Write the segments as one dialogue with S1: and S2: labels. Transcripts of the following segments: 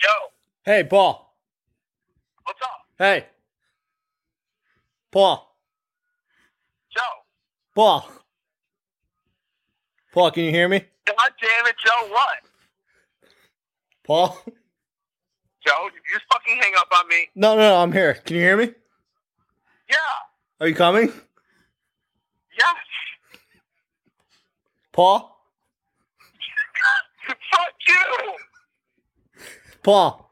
S1: Yo,
S2: Hey, Paul.
S1: what's up?
S2: Hey. Paul.
S1: Joe,
S2: Paul. Paul, can you hear me?
S1: God damn it, Joe, what?
S2: Paul?
S1: Joe, did you just fucking hang up on me?
S2: No, no, no, I'm here. Can you hear me?
S1: Yeah,
S2: Are you coming?
S1: yes.
S2: Paul?
S1: Fuck you!
S2: Paul.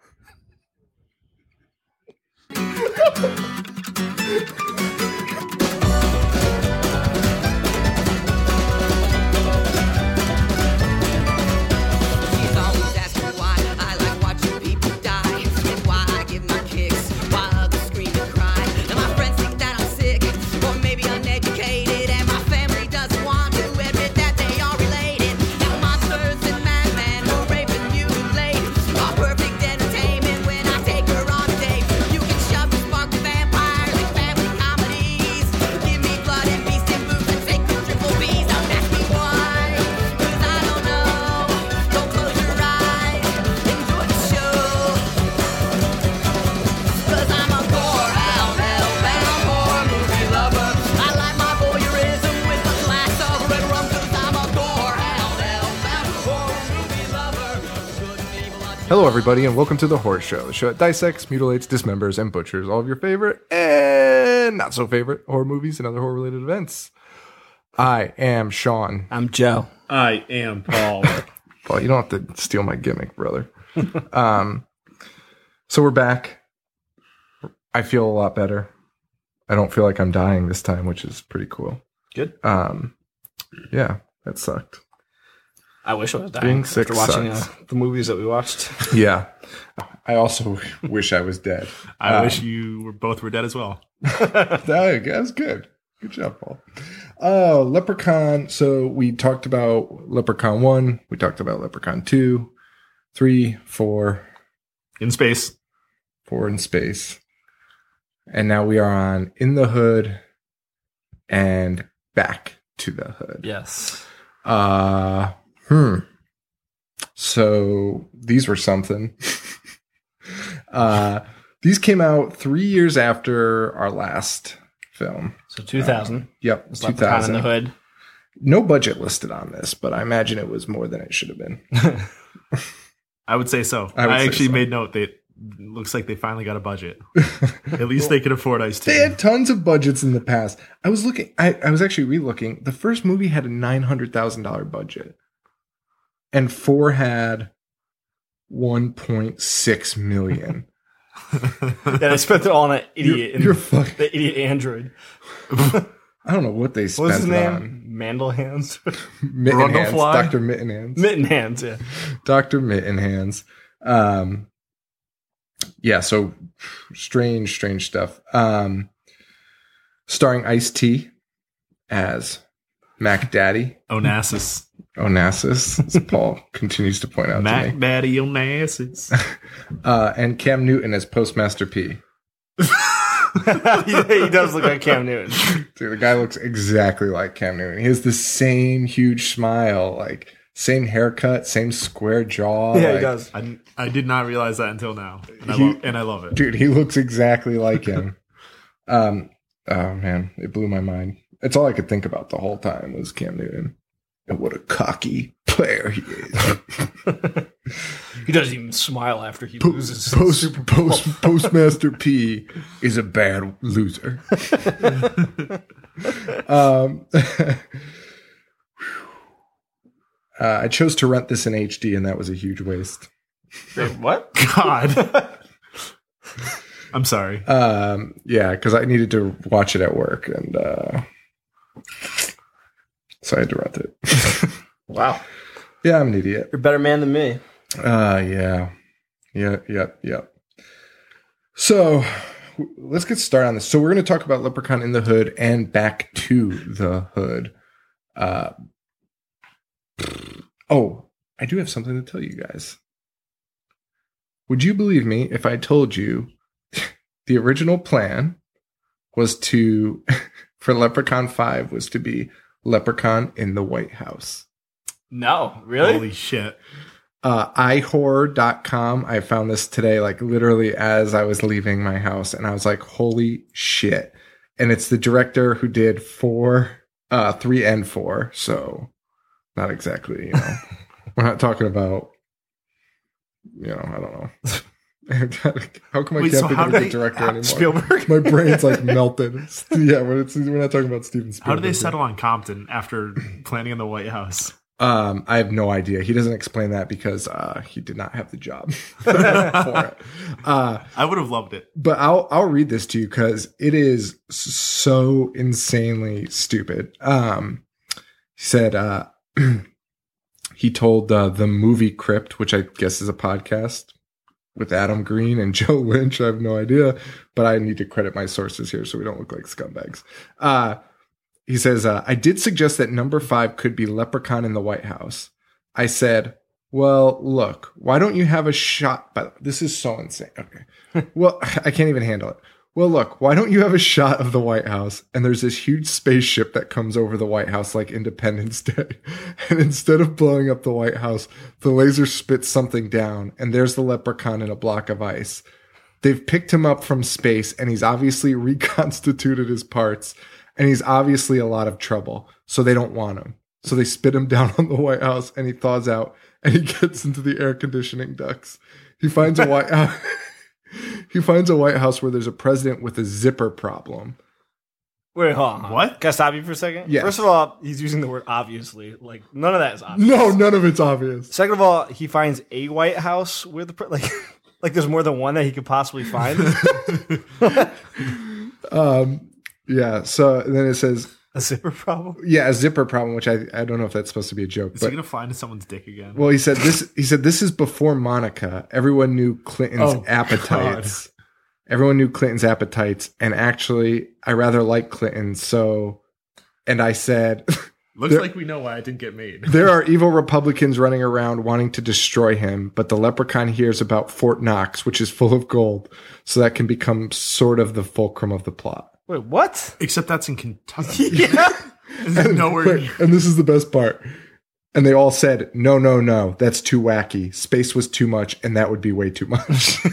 S3: She's always asking why I like watching people die, and why I give my kicks, why others scream and cry. And my friends think that I'm sick, or maybe uneducated, and my family doesn't want to admit that they are related. Now monsters and madmen who rape and mutilate are perfect entertainment when I take her on a date. You can shove and spark the vampires and family comedies. Give me blood and beast and boobs and take the triple B's. Don't ask me why, 'cause I don't know. Don't close your eyes, enjoy the show. Cause I'm a poor hell, hell, bound poor movie lover. I like my voyeurism with a glass of red rum. Cause I'm a poor hell, hell, bound poor movie lover. Good and evil, I
S4: Hello, everybody, and welcome to The Horse Show, the show that dissects, mutilates, dismembers, and butchers all of your favorite and not so favorite horror movies and other horror related events. I am Sean.
S5: I'm Joe.
S2: I am Paul.
S4: Well, you don't have to steal my gimmick, brother. um, so we're back. I feel a lot better. I don't feel like I'm dying this time, which is pretty cool.
S5: Good.
S4: Um, yeah, that sucked.
S5: I wish I was dying
S4: Being
S5: after
S4: sick
S5: watching uh,
S4: sucks.
S5: the movies that we watched.
S4: Yeah. I also wish I was dead.
S6: I
S4: Um,
S5: Uh,
S6: wish you were both were dead as well.
S4: that that was good. Good job, Paul. Uh, Leprechaun. So we talked about Leprechaun one. We talked about Leprechaun two, three, four,
S6: In space.
S4: four in space, and now we are on in the hood, and back to the hood.
S5: yes.
S4: Uh, hmm. So these were something. uh, these came out three years after our last film. Um,
S5: So 2000.
S4: Yep,
S5: It's
S4: two
S5: Leprechaun in
S4: thousand.
S5: the hood.
S4: No budget listed on this, but I imagine it was more than it should have been.
S6: I would say so.
S4: I
S6: I,
S4: would say
S6: actually
S4: so.
S6: made note that looks like they finally got a budget. At least they could afford Ice
S4: they
S6: Tea.
S4: had tons of budgets in the past. I was looking. I, I was actually re-looking. The first movie had a nine hundred thousand dollar budget, and four had one point six million.
S5: Yeah, they spent it all on an idiot.
S4: you're, you're fucking.
S5: the idiot android.
S4: I don't know what they
S5: What
S4: spent
S5: was his
S4: it
S5: name?
S4: on.
S5: Mandel hands.
S4: Mitten hands,
S6: Brundlefly?
S4: Doctor Mitten hands.
S5: Mitten hands. Yeah.
S4: Dr. Mittenhands. Um, yeah, so strange, strange stuff. Um, starring Ice T as Mac Daddy
S6: Onassis.
S4: Onassis, as Paul continues to point out to
S6: Mac
S4: me,
S6: Daddy Onassis.
S4: uh, and Cam Newton as Postmaster P.
S5: he, he does look like Cam Newton.
S4: Dude, the guy looks exactly like Cam Newton. He has the same huge smile, like same haircut, same square jaw.
S5: Yeah, he
S4: like-
S5: does.
S6: I, I did not realize that until now. And I,
S4: He-
S6: lo- and I love it.
S4: dude he looks exactly like him um oh man it blew my mind it's all i could think about the whole time was cam newton And what a cocky player he is.
S6: He doesn't even smile after he loses.
S4: Post, post, Postmaster P is a bad loser. um, uh, I chose to rent this in HD, and that was a huge waste.
S6: what?
S2: God. I'm sorry.
S4: Um, yeah, because I needed to watch it at work, and uh, so I had to rent it.
S7: Wow.
S4: yeah, I'm an idiot.
S7: You're a better man than me.
S4: Uh, yeah, yeah, yeah, yeah. So w- let's get started on this. So we're going to talk about Leprechaun in the Hood and Back to the Hood. Uh, oh, I do have something to tell you guys. Would you believe me if I told you the original plan was to for Leprechaun Five was to be Leprechaun in the White House?
S6: No, really?
S2: Holy shit.
S4: uh, ihorror.com. I found this today, like literally as I was leaving my house, and I was like, holy shit. And it's the director who did four, uh, three and four. So not exactly, you know, we're not talking about, you know, I don't know. how come I
S2: Wait,
S4: can't
S2: so
S4: think
S2: how
S4: of a
S2: did
S4: good
S2: they
S4: director
S2: out
S4: anymore?
S2: Spielberg?
S4: my brain's like melted. yeah, we're, it's, we're not talking about Steven Spielberg.
S2: How did they
S4: here.
S2: settle on Compton after planning in the White House?
S4: Um, I have no idea. He doesn't explain that because uh, he did not have the job for it. Uh,
S2: I would have loved it.
S4: but I'll I'll read this to you because it is so insanely stupid. Um, he said uh, he told uh, the movie Crypt, which I guess is a podcast with Adam Green and Joe Lynch. I have no idea, but I need to credit my sources here so we don't look like scumbags. Uh, he says uh, I did suggest that number five could be Leprechaun in the White House. I said. Well, look, why don't you have a shot? But this is so insane. Okay. Well, I can't even handle it. Well, look, why don't you have a shot of the White House? And there's this huge spaceship that comes over the White House like Independence Day. And instead of blowing up the White House, the laser spits something down, and there's the leprechaun in a block of ice. They've picked him up from space, and he's obviously reconstituted his parts, and he's obviously a lot of trouble. So they don't want him. So they spit him down on the White House, and he thaws out, and he gets into the air conditioning ducts. He finds a White House. He finds a White House where there's a president with a zipper problem.
S6: Wait, hold on.
S2: What?
S6: Can I stop you for a second?
S4: Yes.
S6: First of all, he's using the word obviously. Like, none of that is obvious.
S4: No, Oh, none of it's obvious.
S6: Second of all, he finds a White House with the pre- like, like there's more than one that he could possibly find.
S4: Um, yeah. So then it says,
S6: a zipper problem.
S4: yeah, a zipper problem, which I, I don't know if that's supposed to be a joke.
S2: Is
S4: But
S2: he gonna fly into someone's dick again?
S4: well, he said this. He said this is before Monica. Everyone knew Clinton's
S2: Oh,
S4: appetites. Everyone knew Clinton's appetites, and actually, I rather like Clinton. So, and I said.
S2: Looks
S4: there-
S2: like we know why it didn't get made.
S4: There are evil Republicans running around wanting to destroy him, but the leprechaun hears about Fort Knox, which is full of gold, so that can become sort of the fulcrum of the plot.
S6: Wait, what?
S2: Except that's in Kentucky. yeah. nowhere
S4: Wait,
S2: near.
S4: and this is the best part. And they all said, no, no, no, that's too wacky. Space was too much, and that would be way too much.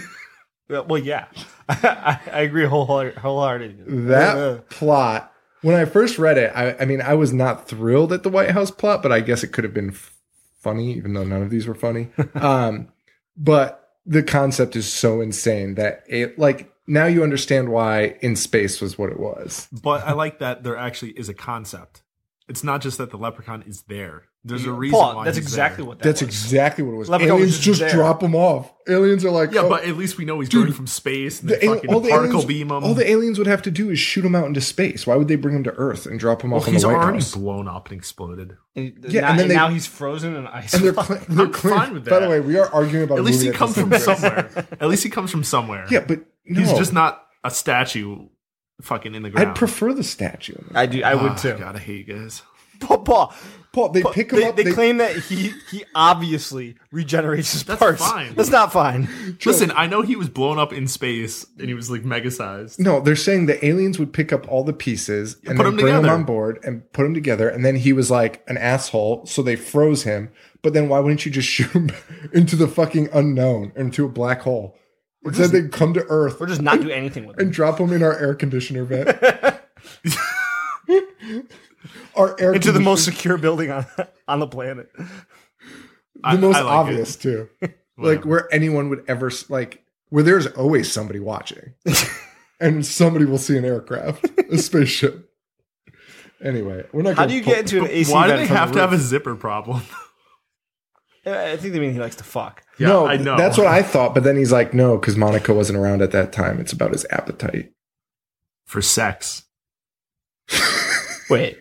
S6: Well, well, yeah, I, I agree wholeheart- wholeheartedly.
S4: that plot, when I first read it, I, I mean, I was not thrilled at the White House plot, but I guess it could have been f- funny, even though none of these were funny. um, but the concept is so insane that it, like, now you understand why in space was what it was.
S2: But I like that there actually is a concept. It's not just that the leprechaun is there. There's a reason
S6: Paul,
S2: why
S6: that's
S2: he's
S6: exactly
S2: there.
S6: what that
S4: That's
S6: was.
S4: exactly what it was.
S6: Leprechaun was
S4: Aliens
S6: just
S4: just,
S6: there.
S4: drop them off. Aliens are like,
S2: Yeah,
S4: oh,
S2: but at least we know he's doing from space and the,
S4: the al-
S2: fucking particle beam him.
S4: all the aliens would have to do is shoot him out into space. Why would they bring him to Earth and drop him
S2: well,
S4: off in
S2: he's
S4: the White
S2: already
S4: House?
S2: blown up and exploded.
S6: And
S4: Yeah,
S6: now,
S4: and then
S6: and
S4: they-
S6: now he's frozen in ice.
S4: and they're, cl- they're
S2: I'm
S4: clear-
S2: fine with
S4: By the
S2: that.
S4: way, we are arguing about
S2: At
S4: a
S2: least
S4: movie
S2: he
S4: that
S2: comes
S4: doesn't
S2: from
S4: exist.
S2: somewhere. At least he comes from somewhere.
S4: Yeah, but no.
S2: he's just not a statue, fucking in the ground.
S4: I'd prefer the statue.
S6: I do. I
S2: Ah,
S6: would too.
S2: God, I hate you guys.
S6: Paul, Paul,
S4: Paul, they
S6: Paul,
S4: pick him
S6: they,
S4: up.
S6: they claim that he he obviously regenerates his
S2: That's
S6: parts.
S2: fine.
S6: That's not fine.
S2: Listen, I know he was blown up in space and he was like mega sized.
S4: no, they're saying the aliens would pick up all the pieces and
S2: put
S4: then
S2: them
S4: bring them
S2: together.
S4: on board and put them together. And then he was like an asshole, so they froze him. But then why wouldn't you just shoot him into the fucking unknown, into a black hole? Instead, they come to Earth
S6: Or just not do anything with it.
S4: and drop him in our air conditioner vent. Or air
S5: into the most
S4: conditioned-
S5: secure building on on the planet.
S6: I-
S4: the most
S6: I like it.
S4: obvious too. like
S6: Whatever.
S4: where anyone would ever s- like where there's always somebody watching, and somebody will see an aircraft, a spaceship. Anyway, we're not.
S5: How
S4: gonna
S5: do you
S4: pull-
S5: get into an AC?
S6: Why do
S5: vent
S6: they
S5: from the
S6: have to have a
S5: roof?
S6: zipper problem?
S5: I think they mean he likes to fuck.
S6: Yeah,
S4: no,
S6: I know.
S4: That's what I thought, but then he's like, no, because Monica wasn't around at that time. It's about his appetite.
S6: For sex.
S5: Wait,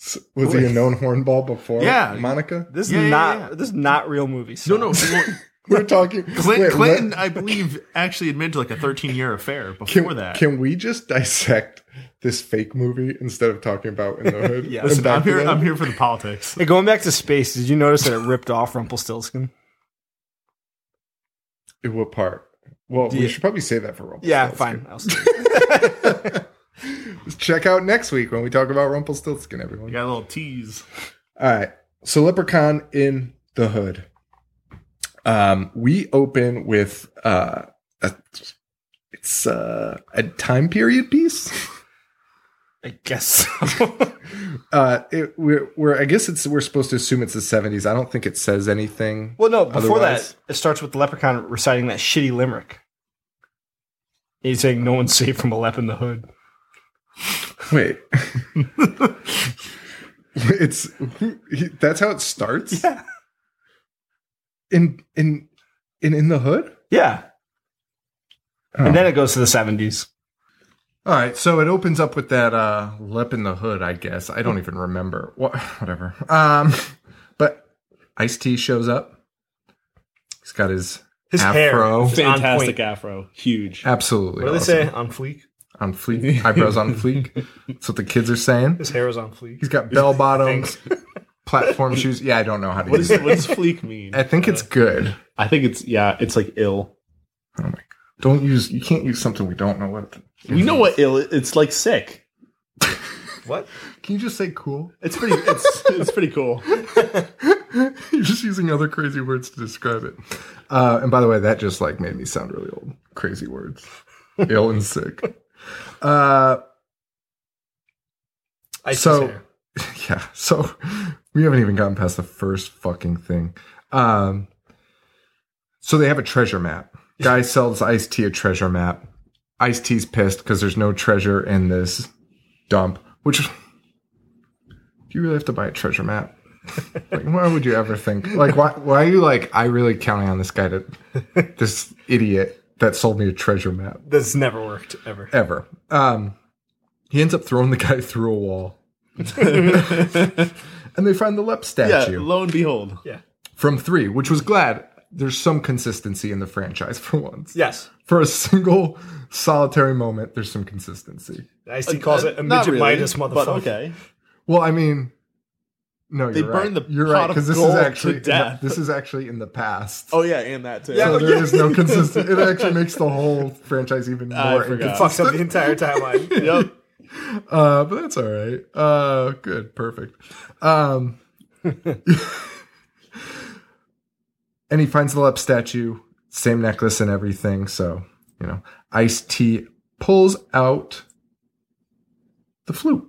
S4: S- Was he a known hornball before?
S6: Yeah.
S4: Monica.
S5: this
S6: Yeah,
S5: is
S6: yeah,
S5: not
S6: yeah.
S5: this is not real movie. Stuff.
S6: No, no. Well,
S4: We're talking.
S6: Clint,
S4: wait,
S6: Clinton,
S4: let-
S6: I believe, actually admitted to like a 13 year affair before
S4: can,
S6: that.
S4: can we just dissect this fake movie instead of talking about in the hood?
S5: Yeah.
S4: And
S6: Listen,
S4: back
S6: I'm
S4: to
S6: here.
S4: that?
S6: I'm here for the politics.
S5: Hey, going back to space, did you notice that it ripped off Rumpelstiltskin?
S4: In what part? Well, we
S5: Yeah.
S4: should probably save that for Rumpelstiltskin.
S5: Yeah, fine. I'll stay.
S4: Check out next week when we talk about Rumpelstiltskin, everyone.
S6: We got a little tease.
S4: All right. So Leprechaun in the Hood. Um, we open with uh, a, it's uh, a time period piece.
S5: I guess so.
S4: Uh, it, we're, we're I guess it's we're supposed to assume it's the seventies. I don't think it says anything.
S5: well, no. Before
S4: Otherwise-
S5: that, it starts with the leprechaun reciting that shitty limerick. He's saying, "No one's safe from a lep in the hood."
S4: Wait. it's he, that's how it starts.
S5: Yeah.
S4: In in in in the hood.
S5: Yeah.
S4: Oh.
S5: And then it goes to the seventies.
S4: All right, so it opens up with that uh lep in the hood, I guess. I don't even remember. What whatever. Um but Ice T shows up. He's got his
S5: His
S4: Afro.
S5: hair, is on
S2: Fantastic
S5: point.
S2: afro. Huge.
S4: absolutely
S5: What do they
S4: awesome.
S5: say on fleek?
S4: on fleek, eyebrows on fleek. That's what the kids are saying.
S5: His hair was on fleek.
S4: He's got bell bottoms, platform shoes. Yeah, I don't know how to
S2: What,
S4: use
S2: is,
S4: it.
S2: what does fleek mean?
S4: I think
S5: Uh,
S4: it's good. Oh
S2: I think it's yeah. It's like ill.
S4: Don't use you can't use something we don't know what.
S2: You know what ill? It's like sick.
S5: What?
S4: Can you just say cool?
S2: It's pretty. It's it's pretty cool.
S4: You're just using other crazy words to describe it. Uh, and by the way, that just like made me sound really old. Crazy words, ill and sick. Uh,
S5: Ice's
S4: So-
S5: hair.
S4: yeah. So we haven't even gotten past the first fucking thing. Um, so they have a treasure map. Guy sells Ice T a treasure map. Ice T's pissed because there's no treasure in this dump. Which do you really have to buy a treasure map? like, why would you ever think? Like, why? Why are you like? I really counting on this guy to this idiot that sold me a treasure map
S5: That's never worked ever.
S4: ever. Um, he ends up throwing the guy through a wall. and they find the Lep
S2: Yeah.
S4: statue
S2: Lo and behold,
S4: from three, which was glad. There's some consistency in the franchise for once.
S5: Yes.
S4: For a single solitary moment, there's some consistency.
S5: Ice T calls it a
S2: Not
S5: midget
S2: really,
S5: Midas motherfucker.
S2: But okay.
S4: Well, I mean, no,
S2: They
S4: you're
S2: burned
S4: right.
S2: the
S4: you're
S2: pot
S4: right
S2: of
S4: because this is
S2: gold to
S4: actually
S2: death.
S4: this is actually in the past.
S2: Oh yeah, and that too.
S4: so there is no consistency. It actually makes the whole franchise even
S2: I
S4: more
S2: forgot.
S4: inconsistent.
S5: Fucks up the entire timeline.
S2: Yep.
S4: Uh, but that's all right. Uh, good, perfect. Um, and he finds the Lep statue, same necklace and everything. So you know, Ice T pulls out the flute.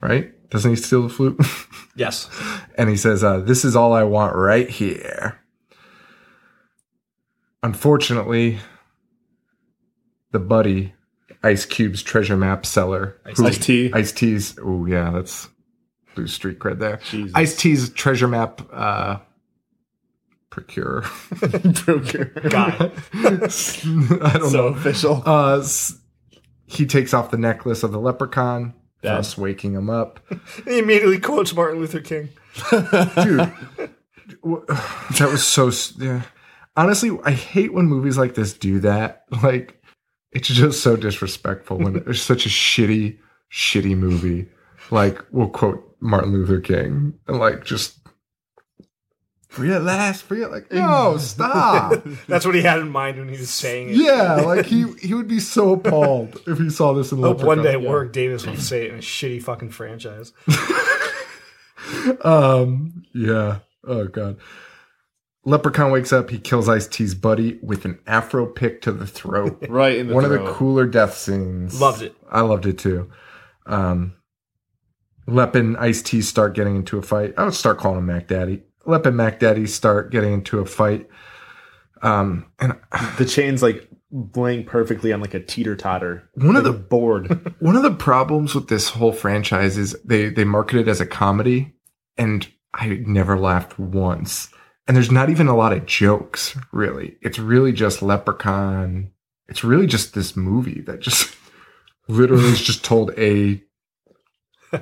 S4: Right? Doesn't he steal the flute?
S5: yes.
S4: and he says, uh, "This is all I want right here." Unfortunately, the buddy, Ice Cube's treasure map seller, Ice
S2: Ice T.
S4: Ice T's. Oh yeah, that's blue street cred there. Ice T's treasure map uh, procurer. procurer.
S5: Guy.
S4: I don't
S2: So
S4: know.
S2: official.
S4: Uh, s- he takes off the necklace of the leprechaun,
S2: That-
S4: thus waking him up.
S5: He immediately quotes Martin Luther King.
S4: dude. w- That was so. s- Yeah. Honestly, I hate when movies like this do that. Like, it's just so disrespectful when there's such a shitty, shitty movie. Like, we'll quote Martin Luther King and like just free at last, free at like, no, stop.
S5: That's what he had in mind when he was saying it.
S4: yeah, like he he would be so appalled if he saw this in.
S5: I hope one
S4: Leprechaun.
S5: day Warwick Davis will say it in a shitty fucking franchise.
S4: Um. Yeah. Oh God. Leprechaun wakes up. He kills Ice T's buddy with an afro pick to the throat.
S2: Right in the
S4: One of
S2: throat.
S4: the cooler death scenes.
S5: Loved it.
S4: I loved it too. Um. Lep and Ice T start getting into a fight. I would start calling him Mac Daddy. Lep and Mac Daddy start getting into a fight. Um, and
S2: The chain's like laying perfectly on like a teeter totter.
S4: One of
S2: Like
S4: the-
S2: a board.
S4: one of the problems with this whole franchise is they they market it as a comedy, and I never laughed once. And there's not even a lot of jokes, really. It's really just Leprechaun. It's really just this movie that just literally is just told A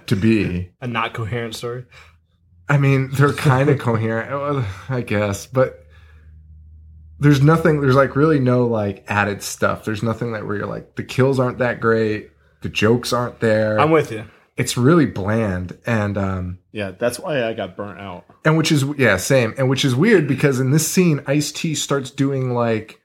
S4: to B.
S5: A not coherent story.
S4: I mean, they're kind of coherent, well, I guess, but there's nothing, there's like really no like added stuff. There's nothing that where you're like, the kills aren't that great, the jokes aren't there.
S5: I'm with you.
S4: it's really bland. And, um,
S2: yeah, that's why I got burnt out.
S4: and which is, yeah, same. And which is weird because in this scene, Ice T starts doing like,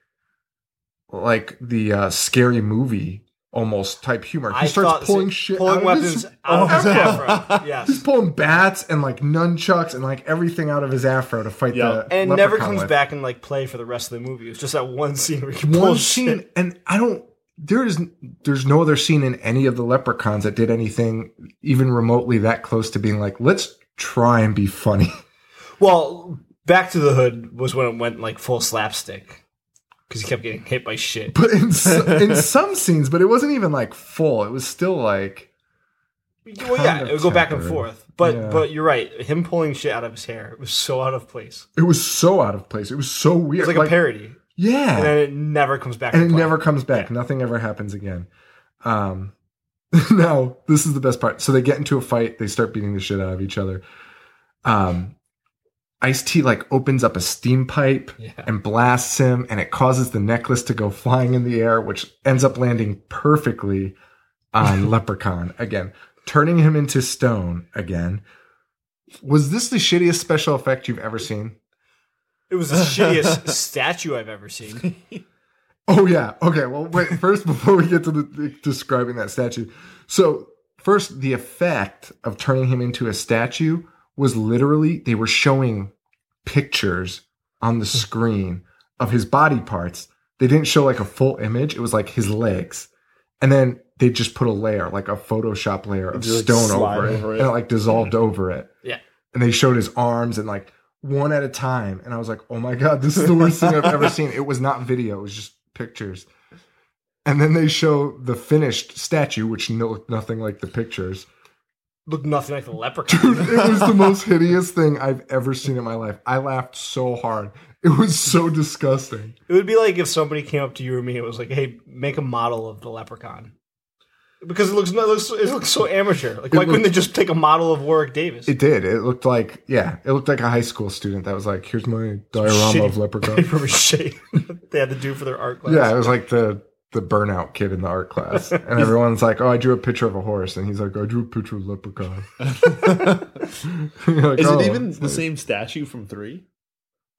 S4: like the uh, scary movie almost type humor. He
S5: I thought-
S4: starts pulling shit
S5: pulling
S4: out of
S5: weapons
S4: his-
S5: out of his
S4: Oh,
S5: afro. Yes,
S4: He's pulling bats and like nunchucks and like everything out of his afro to fight
S2: Yeah.
S4: the
S5: and never
S4: leprechaun
S5: comes
S4: with.
S5: back and like play for the rest of the movie. It's just that one scene where he can pull
S4: One
S5: shit.
S4: scene, and I don't. There is there's no other scene in any of the leprechauns that did anything even remotely that close to being like let's try and be funny.
S5: Well, Back to the Hood was when it went like full slapstick because he kept getting hit by shit.
S4: But in so, in some scenes, but it wasn't even like full. It was still like
S5: Well, yeah,
S4: of
S5: it would go back and
S4: tempered.
S5: forth. But
S4: Yeah.
S5: but you're right. Him pulling shit out of his hair was so out of place.
S4: it was so out of place. It was so weird.
S5: It's like, a parody,
S4: Yeah,
S5: and then it never comes back.
S4: and
S5: to
S4: it
S5: play.
S4: never comes back. Nothing ever happens again. Um, now this is the best part. So they get into a fight. They start beating the shit out of each other. Um, Ice T like opens up a steam pipe and blasts him, and it causes the necklace to go flying in the air, which ends up landing perfectly on Leprechaun again, turning him into stone again. Was this the shittiest special effect you've ever seen?
S5: It was the shittiest statue I've ever seen.
S4: Oh yeah. Okay. Well, wait. First, before we get to the, the- describing that statue, so first, the effect of turning him into a statue was literally they were showing pictures on the screen of his body parts. They didn't show like a full image. It was like his legs, and then they just put a layer, like a Photoshop layer of
S2: Just, like,
S4: stone
S2: slide
S4: over,
S2: over
S4: it,
S2: it.
S4: and it like dissolved over it.
S5: Yeah.
S4: And they showed his arms and like one at a time. And I was like, oh my God, this is the worst thing I've ever seen. It was not video, it was just pictures. And then they show the finished statue, which no- looked nothing like the pictures.
S5: Looked nothing like the leprechaun.
S4: Dude, it was the most hideous thing I've ever seen in my life. I laughed so hard. It was so disgusting.
S5: It would be like if somebody came up to you or me and was like, "Hey, make a model of the leprechaun," because it looks it looks, it looks so amateur. Like, why couldn't they just take a model of Warwick Davis?
S4: It did. It looked like, yeah, it looked like a high school student that was like, here's my diorama
S5: Shitty
S4: of leprechaun.
S5: paper mache they had to do for their art class.
S4: Yeah, it was like the the burnout kid in the art class, and everyone's like, "Oh, I drew a picture of a horse," and he's like, "I drew a picture of a leprechaun." You're like,
S2: Is
S4: "Oh."
S2: it even the same statue from three?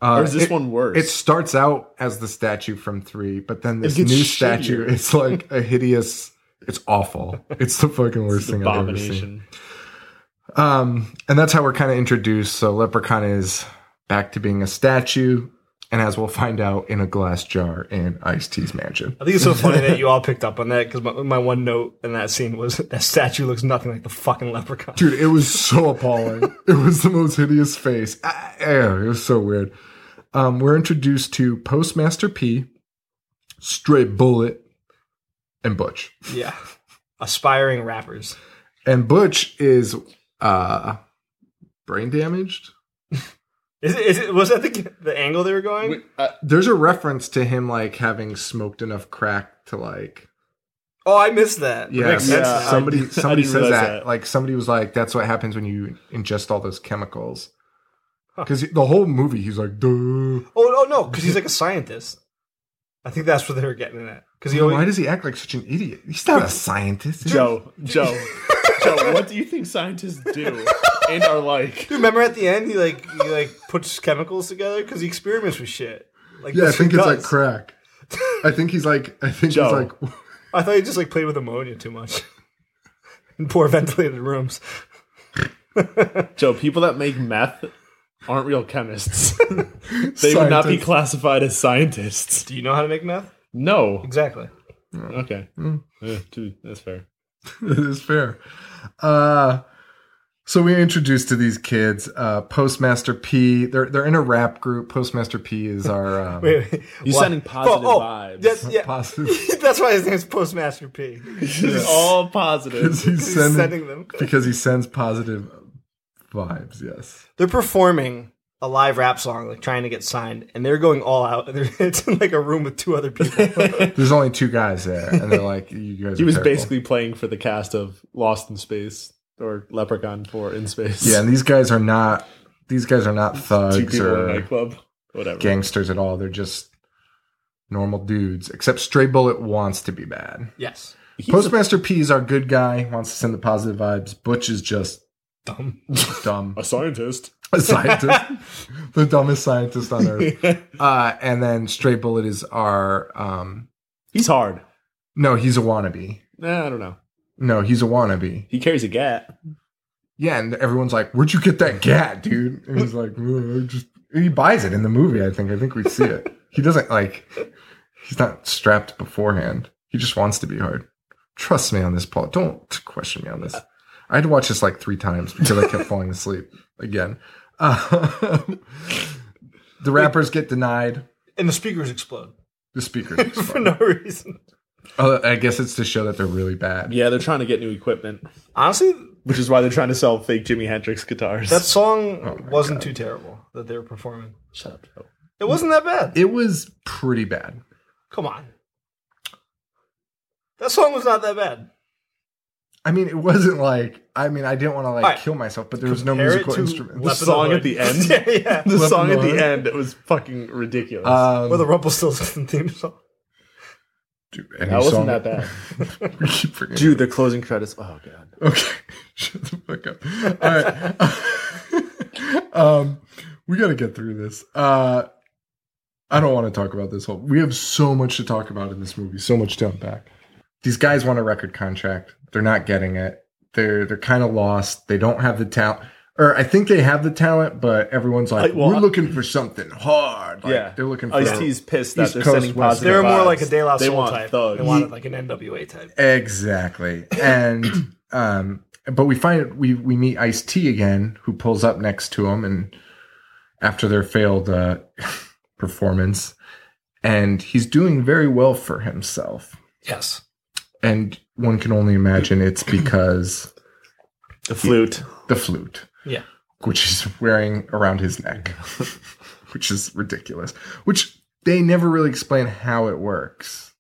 S4: Uh,
S2: Or is this
S4: it-
S2: one worse?
S4: It starts out as the statue from three, but then this new
S2: gets
S4: statue,
S2: shittier.
S4: it's like a hideous. It's awful. It's the fucking worst thing I've ever seen.
S2: abomination.
S4: Um, and that's how we're kind of introduced. So Leprechaun is back to being a statue, and as we'll find out, in a glass jar in Ice T's mansion.
S5: I think it's so funny that you all picked up on that because my, my one note in that scene was that statue looks nothing like the fucking leprechaun.
S4: Dude, it was so appalling. it was the most hideous face. Ah, ah, it was so weird. Um, we're introduced to Postmaster P, Stray Bullet, and Butch.
S5: Yeah, aspiring rappers.
S4: And Butch is uh, brain damaged.
S5: Is it, is it was that the the angle they were going?
S4: There's a reference to him like having smoked enough crack to like
S5: oh, I missed that.
S4: yeah,
S5: it makes sense.
S2: yeah.
S5: now.
S2: I
S4: somebody
S2: didn't- I
S4: somebody
S2: didn't
S4: says
S2: realize
S4: that.
S2: that.
S4: like somebody was like that's what happens when you ingest all those chemicals because the whole movie he's like duh
S5: Oh, oh no, because he's like a scientist. I think that's what they were getting at. Because he always,
S4: Why does he act like such an idiot? He's not a scientist. is he?
S2: Joe, Joe, Joe, what do you think scientists do and are like?
S5: Dude, remember at the end he like he like puts chemicals together because he experiments with shit. Like
S4: Yeah, I
S5: this
S4: think
S5: he
S4: it's like
S5: does.
S4: crack. I think he's like. I think
S2: Joe.
S4: he's like.
S5: I thought he just like played with ammonia too much in poor ventilated rooms.
S2: Joe, people that make meth aren't real chemists. they would not be
S4: Scientist.
S2: classified as scientists.
S5: Do you know how to make meth?
S2: No.
S5: Exactly. Hmm.
S2: Okay. Yeah, dude, that's fair.
S4: it is fair. Uh, So we are introduced to these kids. Uh, Postmaster P, they're they're in a rap group. Postmaster P is our um,
S5: Wait, wait.
S2: He's
S5: Why-
S2: sending positive
S5: oh, oh,
S2: vibes.
S5: That's, yeah.
S4: positive
S5: that's why his name's Postmaster P.
S2: They're all positive.
S4: because he's
S5: He's
S4: sending,
S5: sending them.
S4: because he sends positive vibes. Yes,
S5: They're performing a live rap song, like trying to get signed, and they're going all out. And they're- it's in like a room with two other people.
S4: there's only two guys there, and they're like, "You guys."
S2: He
S4: are
S2: was
S4: terrible."
S2: basically playing for the cast of Lost in Space or Leprechaun 4 in Space.
S4: yeah, and these guys are not these guys are not
S2: two
S4: thugs
S2: people in a
S4: or
S2: nightclub. Whatever.
S4: gangsters at all. They're just normal dudes. Except Stray Bullet wants to be bad.
S5: yes.
S2: He's
S4: Postmaster P is our good guy, wants to send the positive vibes. Butch is just
S5: Dumb.
S4: dumb.
S2: a scientist.
S4: a scientist, the dumbest scientist on earth. Uh, and then Straight Bullet is our um,
S2: He's hard.
S4: no, he's a wannabe.
S2: Nah, I don't know.
S4: No, he's a wannabe.
S2: He carries a gat.
S4: Yeah, and everyone's like, "Where'd you get that gat, dude?" And he's like, "Oh, I "Just he buys it in the movie. I think. I think we see it. He doesn't like. He's not strapped beforehand. He just wants to be hard. Trust me on this, Paul. Don't question me on this. I had to watch this like three times because I kept falling asleep again. Um, the rappers get denied.
S5: And the speakers explode
S4: The speakers.
S5: for no reason.
S4: Uh, I guess it's to show that they're really bad.
S2: Yeah, they're trying to get new equipment,
S5: Honestly,
S2: which is why they're trying to sell fake Jimi Hendrix guitars.
S5: that song
S4: my
S5: wasn't too terrible that they were performing.
S2: shut up. Joe.
S5: It wasn't that bad.
S4: It was pretty bad.
S5: Come on. That song was not that bad.
S4: I mean, it wasn't like I mean, I didn't want to like
S5: Alright.
S4: kill myself, but there was no
S5: Compare it
S4: musical
S5: to
S4: instrument.
S5: Leopard
S2: song
S5: Hood.
S2: at the end?
S5: yeah, yeah.
S2: The song at
S4: Lord.
S2: the end it was fucking ridiculous.
S4: Um,
S5: Or the Rumpelstiltskin theme song.
S4: dude,
S2: that wasn't that bad.
S4: bad. we keep forgetting.
S2: Dude, the closing credits. Oh god.
S4: Okay, shut the fuck up. All right, um, we got to get through this. Uh, I don't want to talk about this whole. We have so much to talk about in this movie. So much to unpack. These guys want a record contract. They're not getting it. They're they're kind of lost. They don't have the talent. Or I think they have the talent, but everyone's like,
S2: I- well,
S4: we're
S2: I-
S4: looking for something hard. Like,
S2: yeah,
S4: they're looking for
S2: Ice T's Oh, pissed that
S4: East
S2: they're
S4: Coast,
S2: sending
S4: West Coast.
S2: positive.
S5: They were more
S2: vibes.
S5: like a De La
S2: They
S5: Soul
S2: want
S5: type.
S2: thugs.
S5: They wanted like an NWA type.
S4: Exactly. And um but we find we we meet Ice T again who pulls up next to him and after their failed uh performance and he's doing very well for himself.
S5: Yes.
S4: And one can only imagine it's because
S2: the flute.
S4: the flute
S5: Yeah.
S4: which he's wearing around his neck. which is ridiculous. Which they never really explain how it works.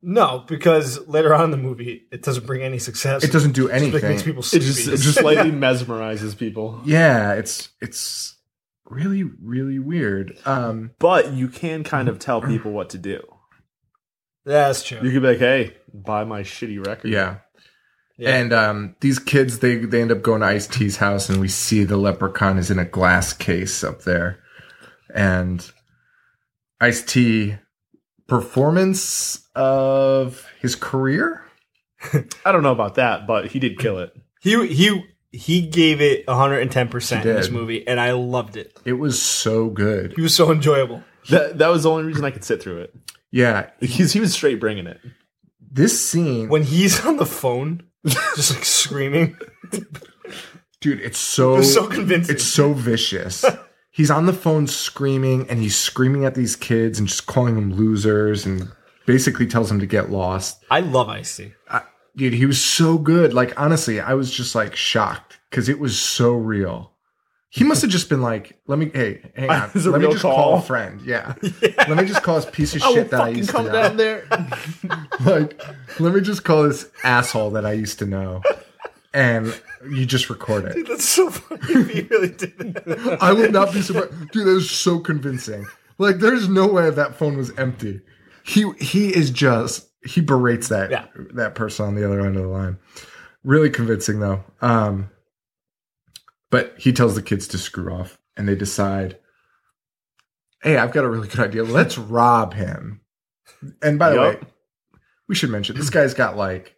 S5: No, because later on in the movie, it doesn't bring any success.
S4: It doesn't do
S5: It just
S4: anything.
S5: makes people
S2: It
S5: sleepy.
S2: just it just slightly mesmerizes people.
S4: yeah it's it's really really weird um
S2: But you can kind of tell people what to do.
S5: That's
S2: You
S5: true.
S2: could be like, "Hey, buy my shitty record."
S4: yeah
S5: Yeah.
S4: and um these kids they they end up going to ice t's house and we see the leprechaun is in a glass case up there and ice t performance of his career
S2: I don't know about that, but he did kill it.
S5: He he he gave it 110 percent
S4: He
S5: in this
S4: did.
S5: movie, and I loved it.
S4: it was so good
S5: He was so enjoyable.
S2: That that was the only reason I could sit through it.
S4: yeah
S2: Because he was straight bringing it.
S4: this scene
S5: When he's on the phone, just like screaming,
S4: dude it's so
S5: it was so convincing.
S4: It's so vicious. he's on the phone screaming and he's screaming at these kids and just calling them losers and basically tells them to get lost.
S5: I love Icy.
S4: Dude, he was so good. Like honestly, I was just like shocked because it was so real. He must have just been like, "Let me, hey, hang on,
S2: It's a
S4: let me
S2: real
S4: just call
S2: call.
S4: a friend, yeah. Let me just call this piece of shit that I used to know.
S2: there.
S4: Like, let me just call this asshole that I used to know, and you just record it.
S5: That's so funny. If he really did. that.
S4: I would not be surprised. Dude, that is so convincing. Like, there's no way that phone was empty. He he is just he berates that
S5: Yeah.
S4: that person on the other end of the line. Really convincing though. Um but he tells the kids to screw off and they decide, Hey, I've got a really good idea. Let's rob him. And by the
S2: Yup.
S4: way, we should mention this guy's got like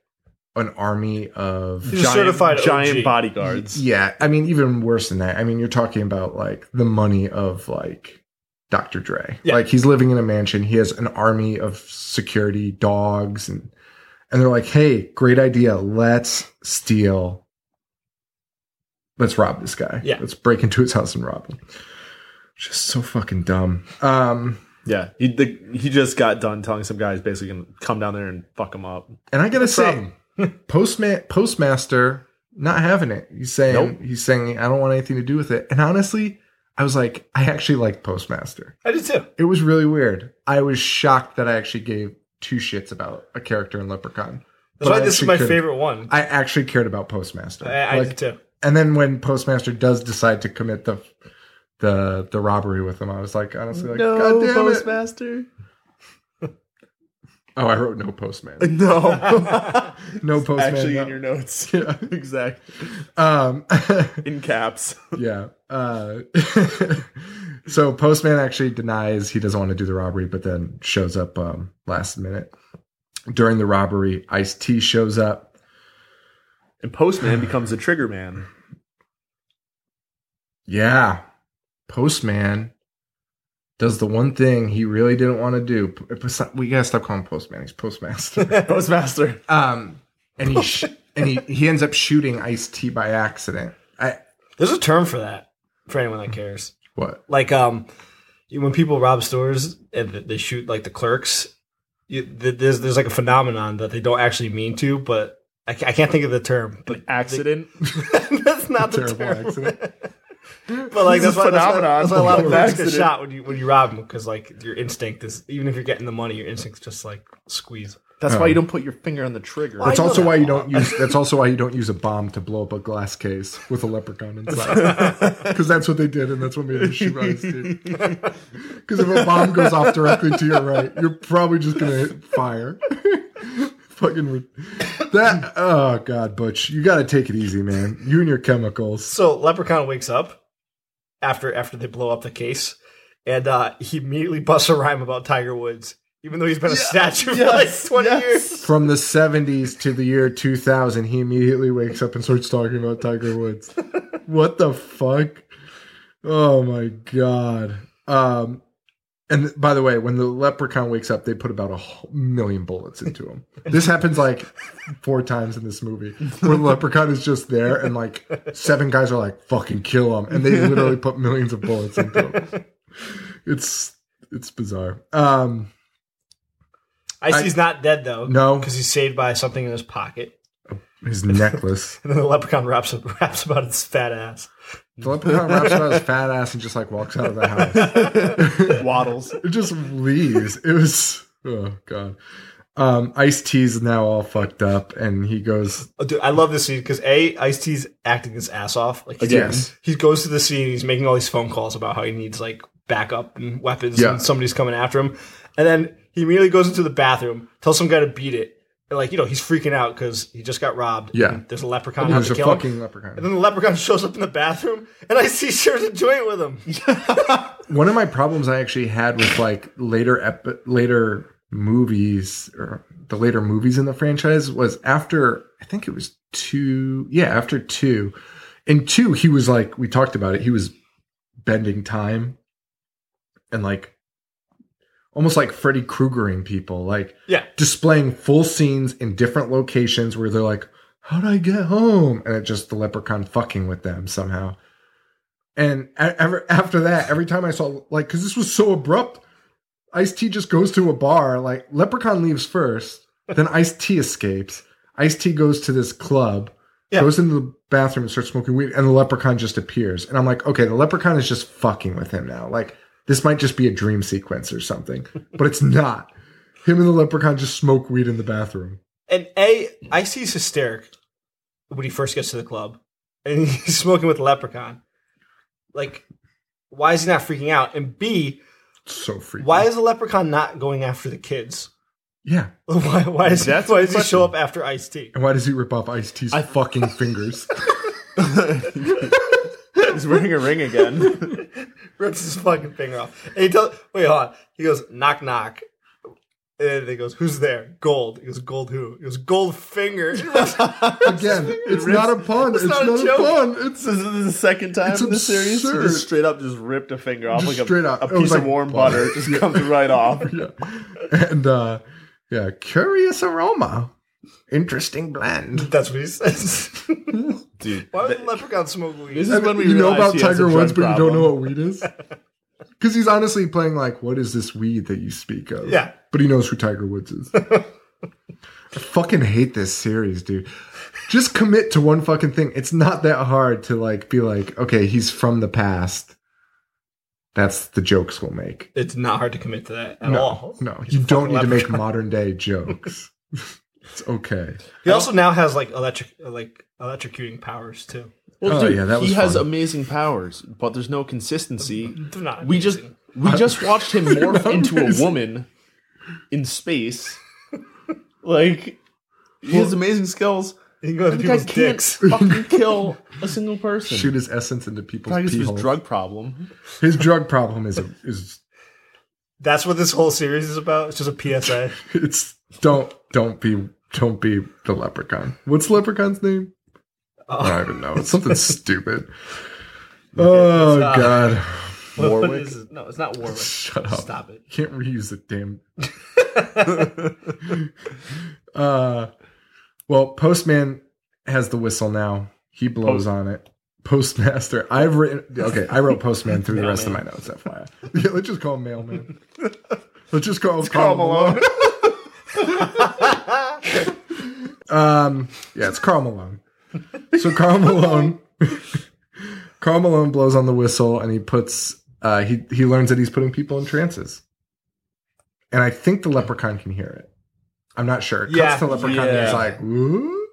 S4: an army of
S5: He's a certified
S2: giant
S5: OG.
S2: bodyguards.
S4: yeah, I mean, even worse than that. I mean, you're talking about like the money of like Dr. Dre.
S5: Yeah.
S4: Like he's living in a mansion. He has an army of security dogs, and and they're like, "Hey, great idea. Let's steal let's rob this guy.
S5: Yeah.
S4: Let's break into his house and rob him. Just so fucking dumb. Um,
S2: Yeah, he the, he just got done telling some guys basically gonna come down there and fuck him up.
S4: and I gotta say, postman postmaster not having it. He's saying
S2: Nope.
S4: he's saying I don't want anything to do with it. And honestly, I was like, I actually like postmaster.
S5: I did too.
S4: It was really weird. I was shocked that I actually gave two shits about a character in Leprechaun. But
S5: That's
S4: I
S5: why this is
S4: actually
S5: my
S4: cared-
S5: favorite one. I,
S4: I actually cared about postmaster.
S5: I
S4: Like,
S5: did too.
S4: and then when postmaster does decide to commit the the the robbery with him, I was like, honestly, like, God damn it.
S2: postmaster.
S4: Oh, I wrote no postman.
S2: No,
S4: No postman.
S2: actually
S4: no.
S2: in your notes.
S4: Yeah.
S2: exactly.
S4: um,
S2: In caps.
S4: yeah. Uh, so Postman actually denies he doesn't want to do the robbery, but then shows up um, last minute. During the robbery, Ice T shows up.
S2: And postman becomes a trigger man.
S4: Yeah. Postman does the one thing he really didn't want to do. P- p- We got to stop calling him Postman. He's Postmaster.
S2: Postmaster.
S4: um, and he, sh- and he, he ends up shooting Ice T by accident. I,
S5: There's a term for that for anyone that cares.
S4: what?
S5: Like um, you- when people rob stores and th- they shoot like the clerks, you, th- there's there's like a phenomenon that they don't actually mean to, but I, ca- I can't think of the term. But
S2: Accident.
S5: that's not the
S4: Terrible
S5: term.
S4: accident.
S5: But like
S2: This is
S5: that's why, that's why-
S2: phenomenon.
S5: that's why a lot of
S2: An
S5: clerks get
S2: accident.
S5: shot when you when you rob them because like your instinct is even if you're getting the money, your instinct's just like squeeze.
S2: That's why you don't put your finger on the trigger.
S4: That's
S5: I know
S4: also
S5: that
S4: why you don't
S5: bomb.
S4: use. That's also why you don't use a bomb to blow up a glass case with a leprechaun inside, because that's what they did, and that's what made them shoot ice Because if a bomb goes off directly to your right, you're probably just gonna hit fire. Fucking re- that. Oh god, Butch, you gotta take it easy, man. You and your chemicals.
S5: So Leprechaun wakes up after after they blow up the case, and uh, he immediately busts a rhyme about Tiger Woods, even though he's been a statue for like twenty years.
S4: From the '70s to the year 2000, he immediately wakes up and starts talking about Tiger Woods. what the fuck? Oh my god. Um and th- by the way, when the leprechaun wakes up, they put about a h- million bullets into him. This happens like four times in this movie, where the leprechaun is just there, and like seven guys are like, "Fucking kill him," and they literally put millions of bullets into him. It's it's bizarre. Um,
S5: I see he's not dead though.
S4: No.
S5: because he's saved by something in his pocket,
S4: his necklace.
S5: and then the Leprechaun raps raps about his fat ass.
S4: The leprechaun wraps about his fat ass and just like walks out of the house.
S2: Waddles.
S4: it just leaves. It was oh god. Um, Ice T's now all fucked up, and he goes,
S5: Oh, dude, I love this scene because a Ice T's acting his ass off. Like he's-
S4: Yes.
S5: he goes to the scene, he's making all these phone calls about how he needs like backup and weapons,
S4: Yeah.
S5: and somebody's coming after him. And then he immediately goes into the bathroom, tells some guy to beat it, and like you know he's freaking out because he just got robbed.
S4: Yeah.
S5: and there's a leprechaun out
S4: "There's
S5: to
S4: a
S5: kill him.
S4: fucking
S5: And
S4: leprechaun."
S5: then the leprechaun shows up in the bathroom, and I see shares a joint with him.
S4: One of my problems I actually had with like later ep- later movies or the later movies in the franchise was after I think it was two, yeah, after two, in two he was like we talked about it, he was bending time and like almost like Freddy Kruegering people, like
S5: Yeah,
S4: displaying full scenes in different locations where they're like, "How would I get home?" and it just the leprechaun fucking with them somehow. And a- ever after that, every time I saw like, because this was so abrupt, Ice T just goes to a bar. Like leprechaun leaves first, then Ice T escapes. Ice T goes to this club.
S5: Yeah.
S4: Goes into the bathroom and starts smoking weed, and the leprechaun just appears. And I'm like, okay, the leprechaun is just fucking with him now. Like, this might just be a dream sequence or something, but it's not. Him and the leprechaun just smoke weed in the bathroom.
S5: and a Ice T's hysteric when he first gets to the club, and he's smoking with the leprechaun. Like, why is he not freaking out? And b
S4: It's so freaky.
S5: Why is the leprechaun not going after the kids?
S4: yeah?
S5: Why, why does, he,
S2: That's
S5: why
S2: the
S5: does he show up after Ice T?
S4: And why does he rip off Ice T's fucking fingers?
S2: He's wearing a ring again.
S5: Rips his fucking finger off. And he tells, wait, hold on. He goes, knock, knock. And then he goes, who's there? Gold. He goes, gold who? He goes, gold finger.
S4: Again, it's not a pun. It's,
S5: not
S4: not,
S5: a
S4: a,
S5: joke.
S4: pun. It's
S2: this is the second time
S4: It's
S2: in the series. He
S4: absurd.
S2: just straight up just ripped a finger off
S4: Just
S2: like a,
S4: straight up.
S2: a
S4: It was
S2: piece
S4: like
S2: of warm
S4: butter.
S2: butter. Just comes right off.
S4: yeah. And uh yeah, curious aroma. Interesting blend.
S5: That's what he says.
S2: dude.
S5: Why would the leprechaun smoke weed?
S2: This is when we
S4: you know about
S2: realized he has a
S4: Tiger
S2: drug
S4: Woods, but you don't know
S2: problem.
S4: what weed is. Because he's honestly playing like, what is this weed that you speak of?
S5: Yeah.
S4: but he knows who Tiger Woods is. I fucking hate this series, dude. Just commit to one fucking thing. It's not that hard to like be like, okay, he's from the past. That's the jokes we'll make.
S5: it's not hard to commit to that at
S4: no,
S5: all.
S4: no,
S5: He's
S4: you
S5: a
S4: don't
S5: fucking
S4: need to make
S5: leprechaun.
S4: modern day jokes. it's okay.
S5: He also now has like electric, like electrocuting powers too.
S2: Well,
S4: Oh,
S2: dude,
S4: yeah, that was
S2: he has
S4: fun.
S2: amazing powers, but there's no consistency.
S5: They're not
S2: We just
S5: amazing.
S2: we just watched him morph
S4: not
S2: into a
S4: amazing.
S2: woman in space. Like he has amazing skills.
S5: He can go into
S2: The guy
S5: people's
S2: can't
S5: dicks.
S2: fucking kill a single person.
S4: Shoot his essence into people's
S2: I guess
S4: pee
S2: his
S4: holes.
S2: drug problem.
S4: His drug problem is is
S5: That's what this whole series is about. It's just a PSA.
S4: it's don't don't be don't be the leprechaun. What's leprechaun's name? I don't even know. It's something stupid. Oh
S5: Oh. it's, uh,
S4: god.
S5: What- what
S2: Warwick?
S5: is it? No, it's not Warwick.
S4: Shut up.
S5: Stop it.
S4: Can't reuse it, damn. uh well, postman has the whistle now. He blows on it. Postmaster. I've written okay, I wrote postman through the rest of my notes, FYI. Yeah, let's just call him mailman. Let's just call him Carl Malone. Um, yeah, it's Carl Malone. So Carl Malone, Carl Malone blows on the whistle and he puts. Uh, he he learns that he's putting people in trances, and I think the leprechaun can hear it. I'm not sure. It
S5: Yeah.
S4: cuts to leprechaun. And
S2: Yeah.
S4: he's like, "Ooh."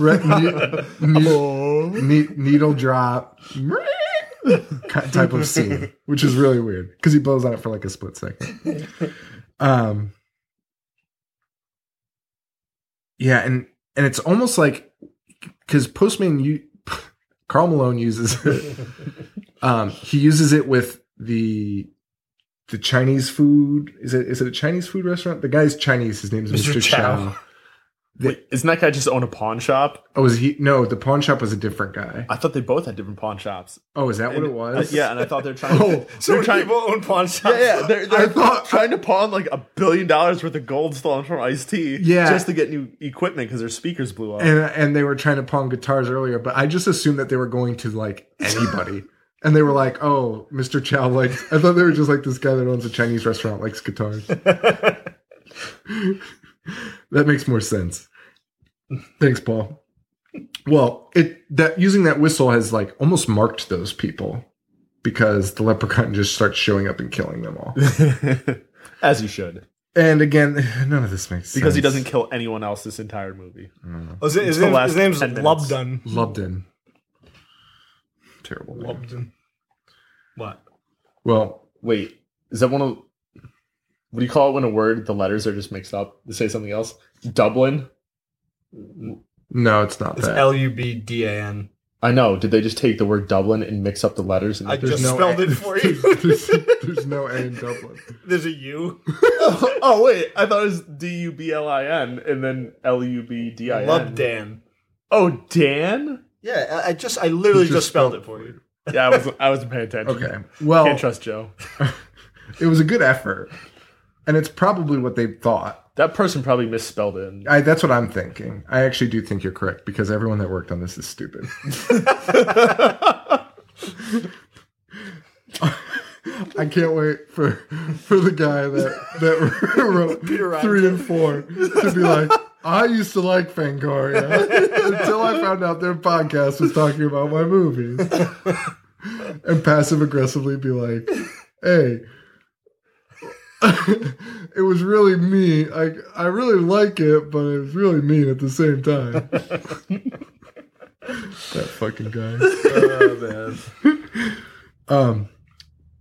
S4: Red, ne- ne- ne- needle drop ki- type of scene, which is really weird because he blows on it for like a split second. Um, yeah, and and it's almost like because Postman, you Carl Malone uses it. um, he uses it with the the Chinese food. Is it is it a Chinese food restaurant? The guy's Chinese. His name's
S5: Mr.
S4: Mr.
S5: Chow.
S4: Chow.
S2: Wait, isn't that guy just own a pawn shop?
S4: Oh, is he? No, the pawn shop was a different guy.
S2: I thought they both had different pawn shops.
S4: Oh, is that what it was?
S2: yeah, and I thought they're trying. to,
S5: So
S2: they're
S5: many
S2: trying.
S5: people own pawn shops.
S2: Yeah, yeah, they're,
S4: I
S2: they're
S4: thought-
S2: trying to pawn like a billion dollars worth of gold stolen from Ice T.
S4: Yeah.
S2: just to get new equipment because their speakers blew up.
S4: And and they were trying to pawn guitars earlier, but I just assumed that they were going to like anybody. and they were like, "Oh, Mr. Chow likes." I thought they were just like this guy that owns a Chinese restaurant likes guitars. that makes more sense. Thanks, Paul. Well, it that using that whistle has like almost marked those people because the leprechaun just starts showing up and killing them all.
S2: As he should,
S4: And again, none of this makes sense
S2: because he doesn't kill anyone else this entire movie.
S5: Oh, is it- his,
S2: the
S5: name-
S2: last
S5: his name's
S2: 10 minutes.
S5: Lubdun.
S4: Lubden. Terrible name.
S5: Lubdun. What?
S4: Well,
S2: Wait, is that one of what do you call it when a word the letters are just mixed up to say something else? Dublin.
S4: no, it's not
S5: It's
S4: that.
S5: L U B D A N.
S2: I know. Did they just take the word Dublin and mix up the letters? And
S5: I
S2: make it-
S5: just spelled
S4: A-
S5: it for you.
S4: there's, there's no A in Dublin.
S5: There's a U.
S2: oh wait, I thought it was D U B L I N and then L U B D I N.
S5: Lubdan.
S2: Oh, Dan.
S5: Yeah, I, I just, I literally
S4: You
S5: just,
S4: just
S5: spelled it for you.
S2: Yeah, I was. I wasn't paying attention.
S4: Okay. Well,
S2: Can't trust Joe.
S4: it was a good effort, and it's probably what they thought.
S2: That person probably misspelled it. and-
S4: I, that's what I'm thinking. I actually do think you're correct because everyone that worked on this is stupid. I can't wait for for the guy that that wrote three and four to be like, I used to like Fangoria until I found out their podcast was talking about my movies, and passive aggressively be like, Hey, it was really mean. I I really like it, but it was really mean at the same time. that fucking guy. Um,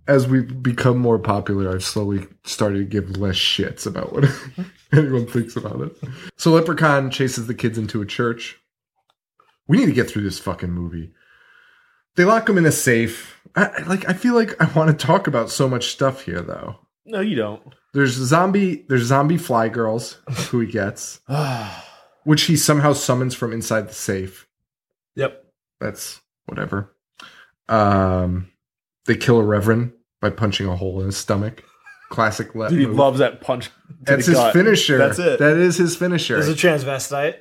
S4: as we've become more popular, I've slowly started to give less shits about what anyone thinks about it. So Leprechaun chases the kids into a church. We need to get through this fucking movie. They lock them in a safe. I, I- like I feel like I want to talk about so much stuff here though.
S2: No, you don't.
S4: There's zombie. There's zombie fly girls who he gets, which he somehow summons from inside the safe.
S5: Yep.
S4: That's whatever. Um, they kill a reverend by punching a hole in his stomach. classic left.
S2: Dude, he
S4: move.
S2: loves that punch. to
S4: That's
S2: the
S4: his
S2: gut.
S4: finisher.
S2: That's it.
S4: That is his finisher.
S5: Is a transvestite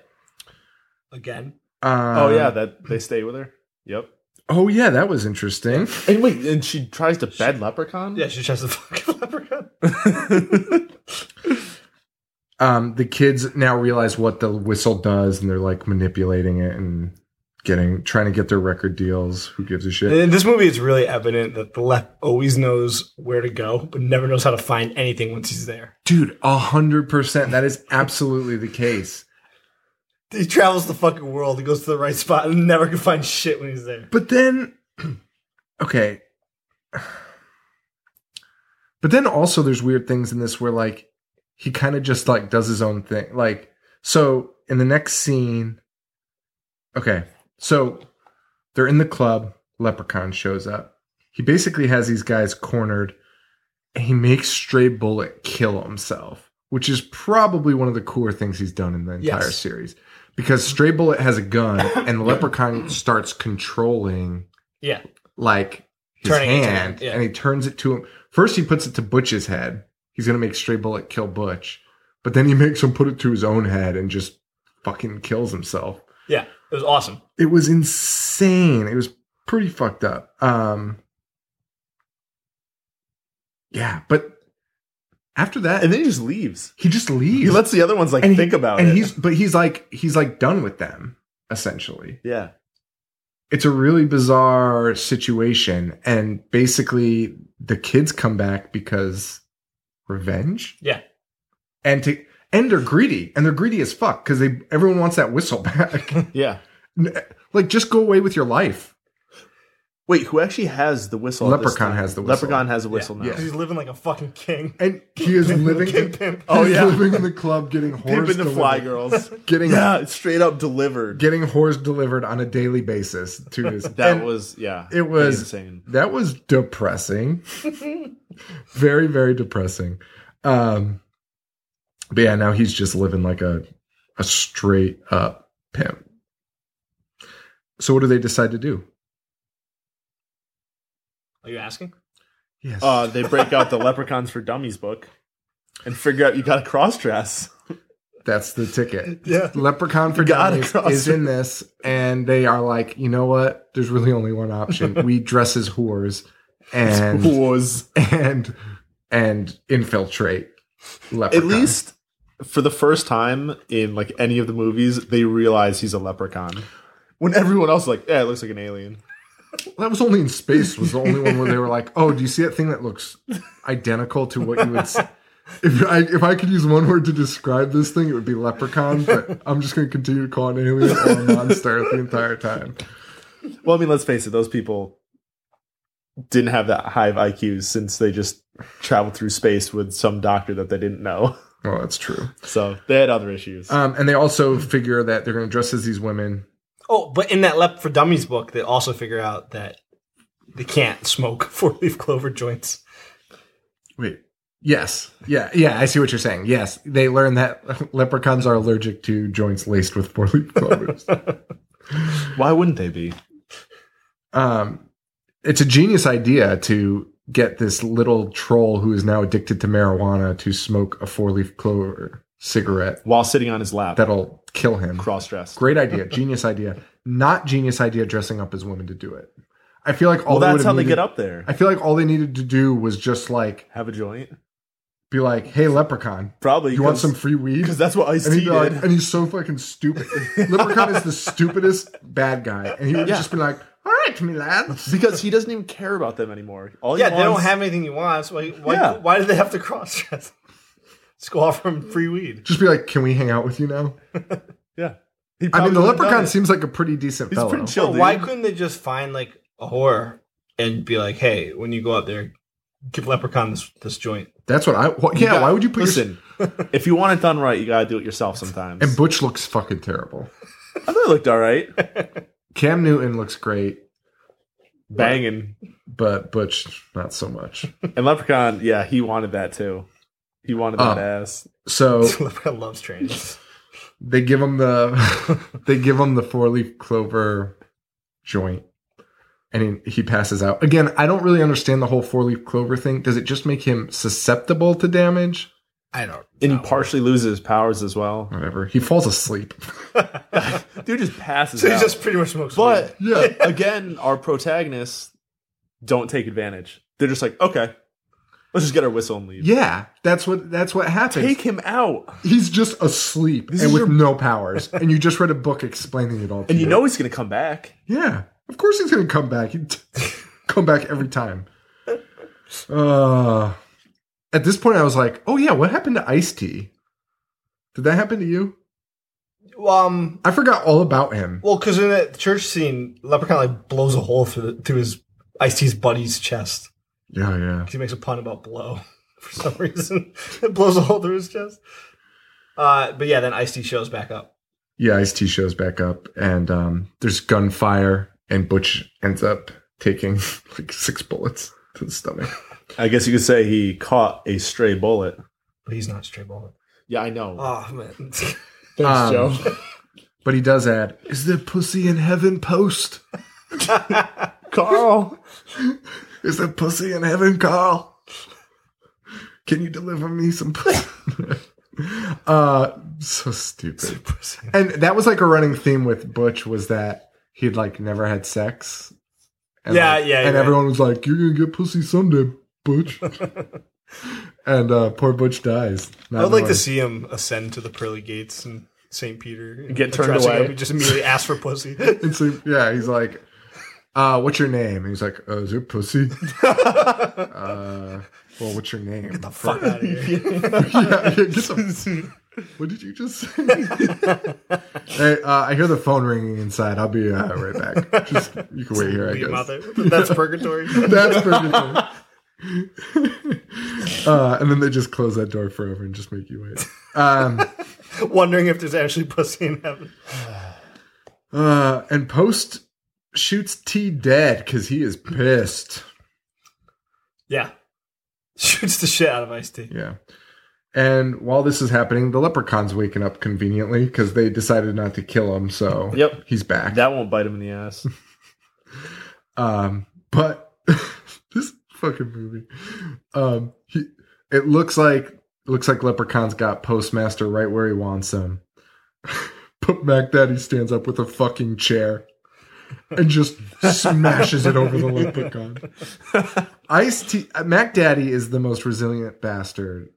S5: again?
S4: Um,
S2: oh yeah, that they stay with her. Yep.
S4: Oh yeah, that was interesting.
S2: And wait, and she tries to bed Leprechaun.
S5: Yeah, she tries to fuck a leprechaun.
S4: Um, the kids now realize what the whistle does, and they're like manipulating it and getting trying to get their record deals. Who gives a
S5: And
S4: shit?
S5: in this movie, it's really evident that the left always knows where to go, but never knows how to find anything once he's there.
S4: Dude, a hundred percent. That is absolutely the case.
S5: He travels the fucking world. He goes to the right spot and never can find shit when he's there.
S4: But then, okay. But then also, there's weird things in this where like he kind of just like does his own thing. Like so, in the next scene, okay, so they're in the club. Leprechaun shows up. He basically has these guys cornered. And he makes Stray Bullet kill himself, which is probably one of the cooler things he's done in the entire
S5: Yes.
S4: series. Because Stray Bullet has a gun, and the Leprechaun starts controlling
S5: Yeah,
S4: like his
S5: Turning it to him,
S4: hand,
S5: yeah.
S4: and he turns it to him. First, he puts it to Butch's head. He's gonna make Stray Bullet kill Butch, but then he makes him put it to his own head and just fucking kills himself.
S5: yeah, it was awesome.
S4: It was insane. It was pretty fucked up. Um, yeah, but after that,
S2: And then he just leaves.
S4: he just leaves.
S2: He lets the other ones like
S4: And he-
S2: think about
S4: and
S2: it.
S4: he's but he's like he's like done with them essentially.
S2: yeah.
S4: it's a really bizarre situation and basically the kids come back because revenge
S5: Yeah,
S4: and to and they're greedy and they're greedy as fuck because they everyone wants that whistle back
S2: Yeah.
S4: like just go away with your life
S2: Wait, who actually has the whistle? at this
S4: Leprechaun
S2: time?
S4: has the whistle.
S2: Leprechaun has a whistle
S4: Yeah.
S2: now.
S5: he's living like a fucking king.
S4: and he is living
S5: King
S4: in,
S5: pimp.
S4: oh yeah
S2: yeah.
S4: living in the club getting whores
S2: Pimping the fly
S4: delivered-
S2: girls.
S4: getting
S2: yeah, it's straight up delivered.
S4: getting whores delivered on a daily basis to his
S2: that
S4: and-
S2: was yeah.
S4: it was
S2: insane.
S4: That was depressing. very, very depressing. Um, but yeah, now he's just living like a a straight up pimp. So what do they decide to do?
S5: Are you asking?
S4: Yes.
S2: Uh, they break out the Leprechauns for Dummies book and figure out you got to cross dress.
S4: That's the ticket.
S5: Yeah.
S4: Leprechaun for
S2: Gotta
S4: Dummies
S2: cross
S4: is in this, and they are like, you know what? There's really only one option. We dress as whores and
S2: Was
S4: and and infiltrate.
S2: at
S4: Leprechaun.
S2: least for the first time in like any of the movies, they realize he's a leprechaun. When everyone else is like, yeah, it looks like an alien.
S4: That was only in space. Was the only one where they were like, "Oh, do you see that thing that looks identical to what you would?" s If I if I could use one word to describe this thing, it would be leprechaun. But I'm just going to continue to call it an alien or a monster the entire time.
S2: Well, I mean, let's face it; those people didn't have that high of IQs since they just traveled through space with some doctor that they didn't know.
S4: Well, that's true.
S2: So they had other issues.
S4: Um, and they also figure that they're going to dress as these women.
S5: Oh, but in that Lep for Dummies book, they also figure out that they can't smoke four leaf clover joints.
S4: Wait. Yes. Yeah. Yeah. I see what you're saying. Yes. They learn that leprechauns are allergic to joints laced with four leaf clovers.
S2: Why wouldn't they be?
S4: um, it's a genius idea to get this little troll who is now addicted to marijuana to smoke a four leaf clover cigarette
S2: While sitting on his lap,
S4: that'll kill him.
S2: cross dressed.
S4: Great idea, genius idea. Not genius idea dressing up as women to do it. I feel like all
S2: Well, that's
S4: would've
S2: how they
S4: needed-
S2: get up there.
S4: I feel like all they needed to do was just like
S2: Have a joint,
S4: be like, "Hey, leprechaun,
S2: probably.
S4: you want some free weed?"
S2: Because that's what Ice
S4: and he'd
S2: T
S4: be
S2: did.
S4: like, and he's so fucking stupid. Leprechaun is the stupidest bad guy, and he would
S2: Yeah.
S4: just be like, "All right, me lads."
S2: because he doesn't even care about them anymore. All he
S5: Yeah, they don't
S2: wants-
S5: have anything you want. So why, why,
S2: Yeah.
S5: why do they have to cross dress? Just go offer him free weed.
S4: Just be like, "Can we hang out with you now?"
S2: Yeah,
S4: I
S2: He
S4: mean, the
S2: probably would've done
S4: leprechaun
S2: it.
S4: seems like a pretty decent
S2: He's
S4: fellow.
S2: pretty chill.
S5: But
S2: dude.
S5: why couldn't they just find like a whore and be like, hey, when you go out there, give Leprechaun this, this joint?
S4: That's what I. Well, yeah,
S2: got-
S4: why would you put your?
S2: listen? if you want it done right, you gotta do it yourself sometimes.
S4: And Butch looks fucking terrible.
S2: I thought it looked all right,
S4: Cam Newton looks great,
S2: banging.
S4: but Butch not so much.
S2: And Leprechaun, yeah, he wanted that too. He wanted that
S4: Oh.
S2: ass.
S4: So
S5: Leprechaun loves trains.
S4: they give him the they give him the four leaf clover joint, and he, he passes out. Again, I don't really understand the whole four leaf clover thing. Does it just make him susceptible to damage?
S5: I don't.
S2: And he
S4: Oh.
S2: partially loses his powers as well.
S4: Whatever. He falls asleep.
S2: Dude just passes
S5: So he
S2: out.
S5: just pretty much smokes.
S2: but
S5: weed.
S2: yeah, again, our protagonists don't take advantage. They're just like, okay, let's just get our whistle and leave.
S4: yeah, that's what that's what happens.
S2: Take him out.
S4: He's just asleep
S2: This
S4: and
S2: is
S4: with
S2: your-
S4: no powers. and you just read a book explaining it all. To
S2: And you know he's going to come back.
S4: yeah, of course he's gonna come back. He'd come back every time. Uh, at this point, I was like, oh yeah, what happened to Ice T? Did that happen to you?
S5: Well, um,
S4: I forgot all about him.
S5: well, because in that church scene, Leprechaun like blows a hole through the, through his Ice T's buddy's chest.
S4: Yeah, yeah.
S5: 'Cause He makes a pun about blow for some reason. it blows a hole through his chest. Uh, but yeah, then Ice T shows back up.
S4: Yeah, Ice T shows back up, and um, there's gunfire, and Butch ends up taking like six bullets to the stomach.
S2: I guess you could say he caught a stray bullet.
S5: But he's not straight bullet.
S2: Yeah, I know.
S5: Oh man.
S4: Um, But he does add, "Is there pussy in heaven?" Post Carl, is there pussy in heaven, Carl? Can you deliver me some pussy? uh, so stupid. And that was like a running theme with Butch was that he'd like never had sex. And
S5: Yeah,
S4: like-
S5: yeah,
S4: And
S5: yeah.
S4: everyone was like, "You're gonna get pussy someday, Butch." and uh, poor Butch dies.
S5: I would like to
S4: knowing.
S5: see him ascend to the pearly gates in St. Peter. and
S2: Get turned
S5: dressing
S2: away.
S5: up, he just immediately ask for pussy.
S4: And so, yeah, he's like, uh, what's your name? And he's like, uh, is it pussy? uh, well, what's your name? Get the
S5: Fuck out of here.
S4: yeah, yeah, get the- what did you just say? hey, uh, I hear the phone ringing inside. I'll be uh, right back. Just, you can wait here, I
S5: Leave him out
S4: guess.
S5: there. That's purgatory.
S4: That's pretty cool. uh, and then they just close that door forever and just make you wait. Um,
S5: Wondering if there's actually pussy in heaven.
S4: Uh, and Post shoots T dead because he is pissed.
S5: Yeah. Shoots the shit out of Ice T.
S4: Yeah. And while this is happening, the leprechaun's waking up conveniently because they decided not to kill him. So
S2: Yep.
S4: he's back.
S2: That won't bite him in the ass.
S4: um, but this fucking movie, um, he it looks like looks like leprechaun's got postmaster right where he wants him. but Mac Daddy stands up with a fucking chair and just smashes it over the leprechaun. Ice T Mac Daddy is the most resilient bastard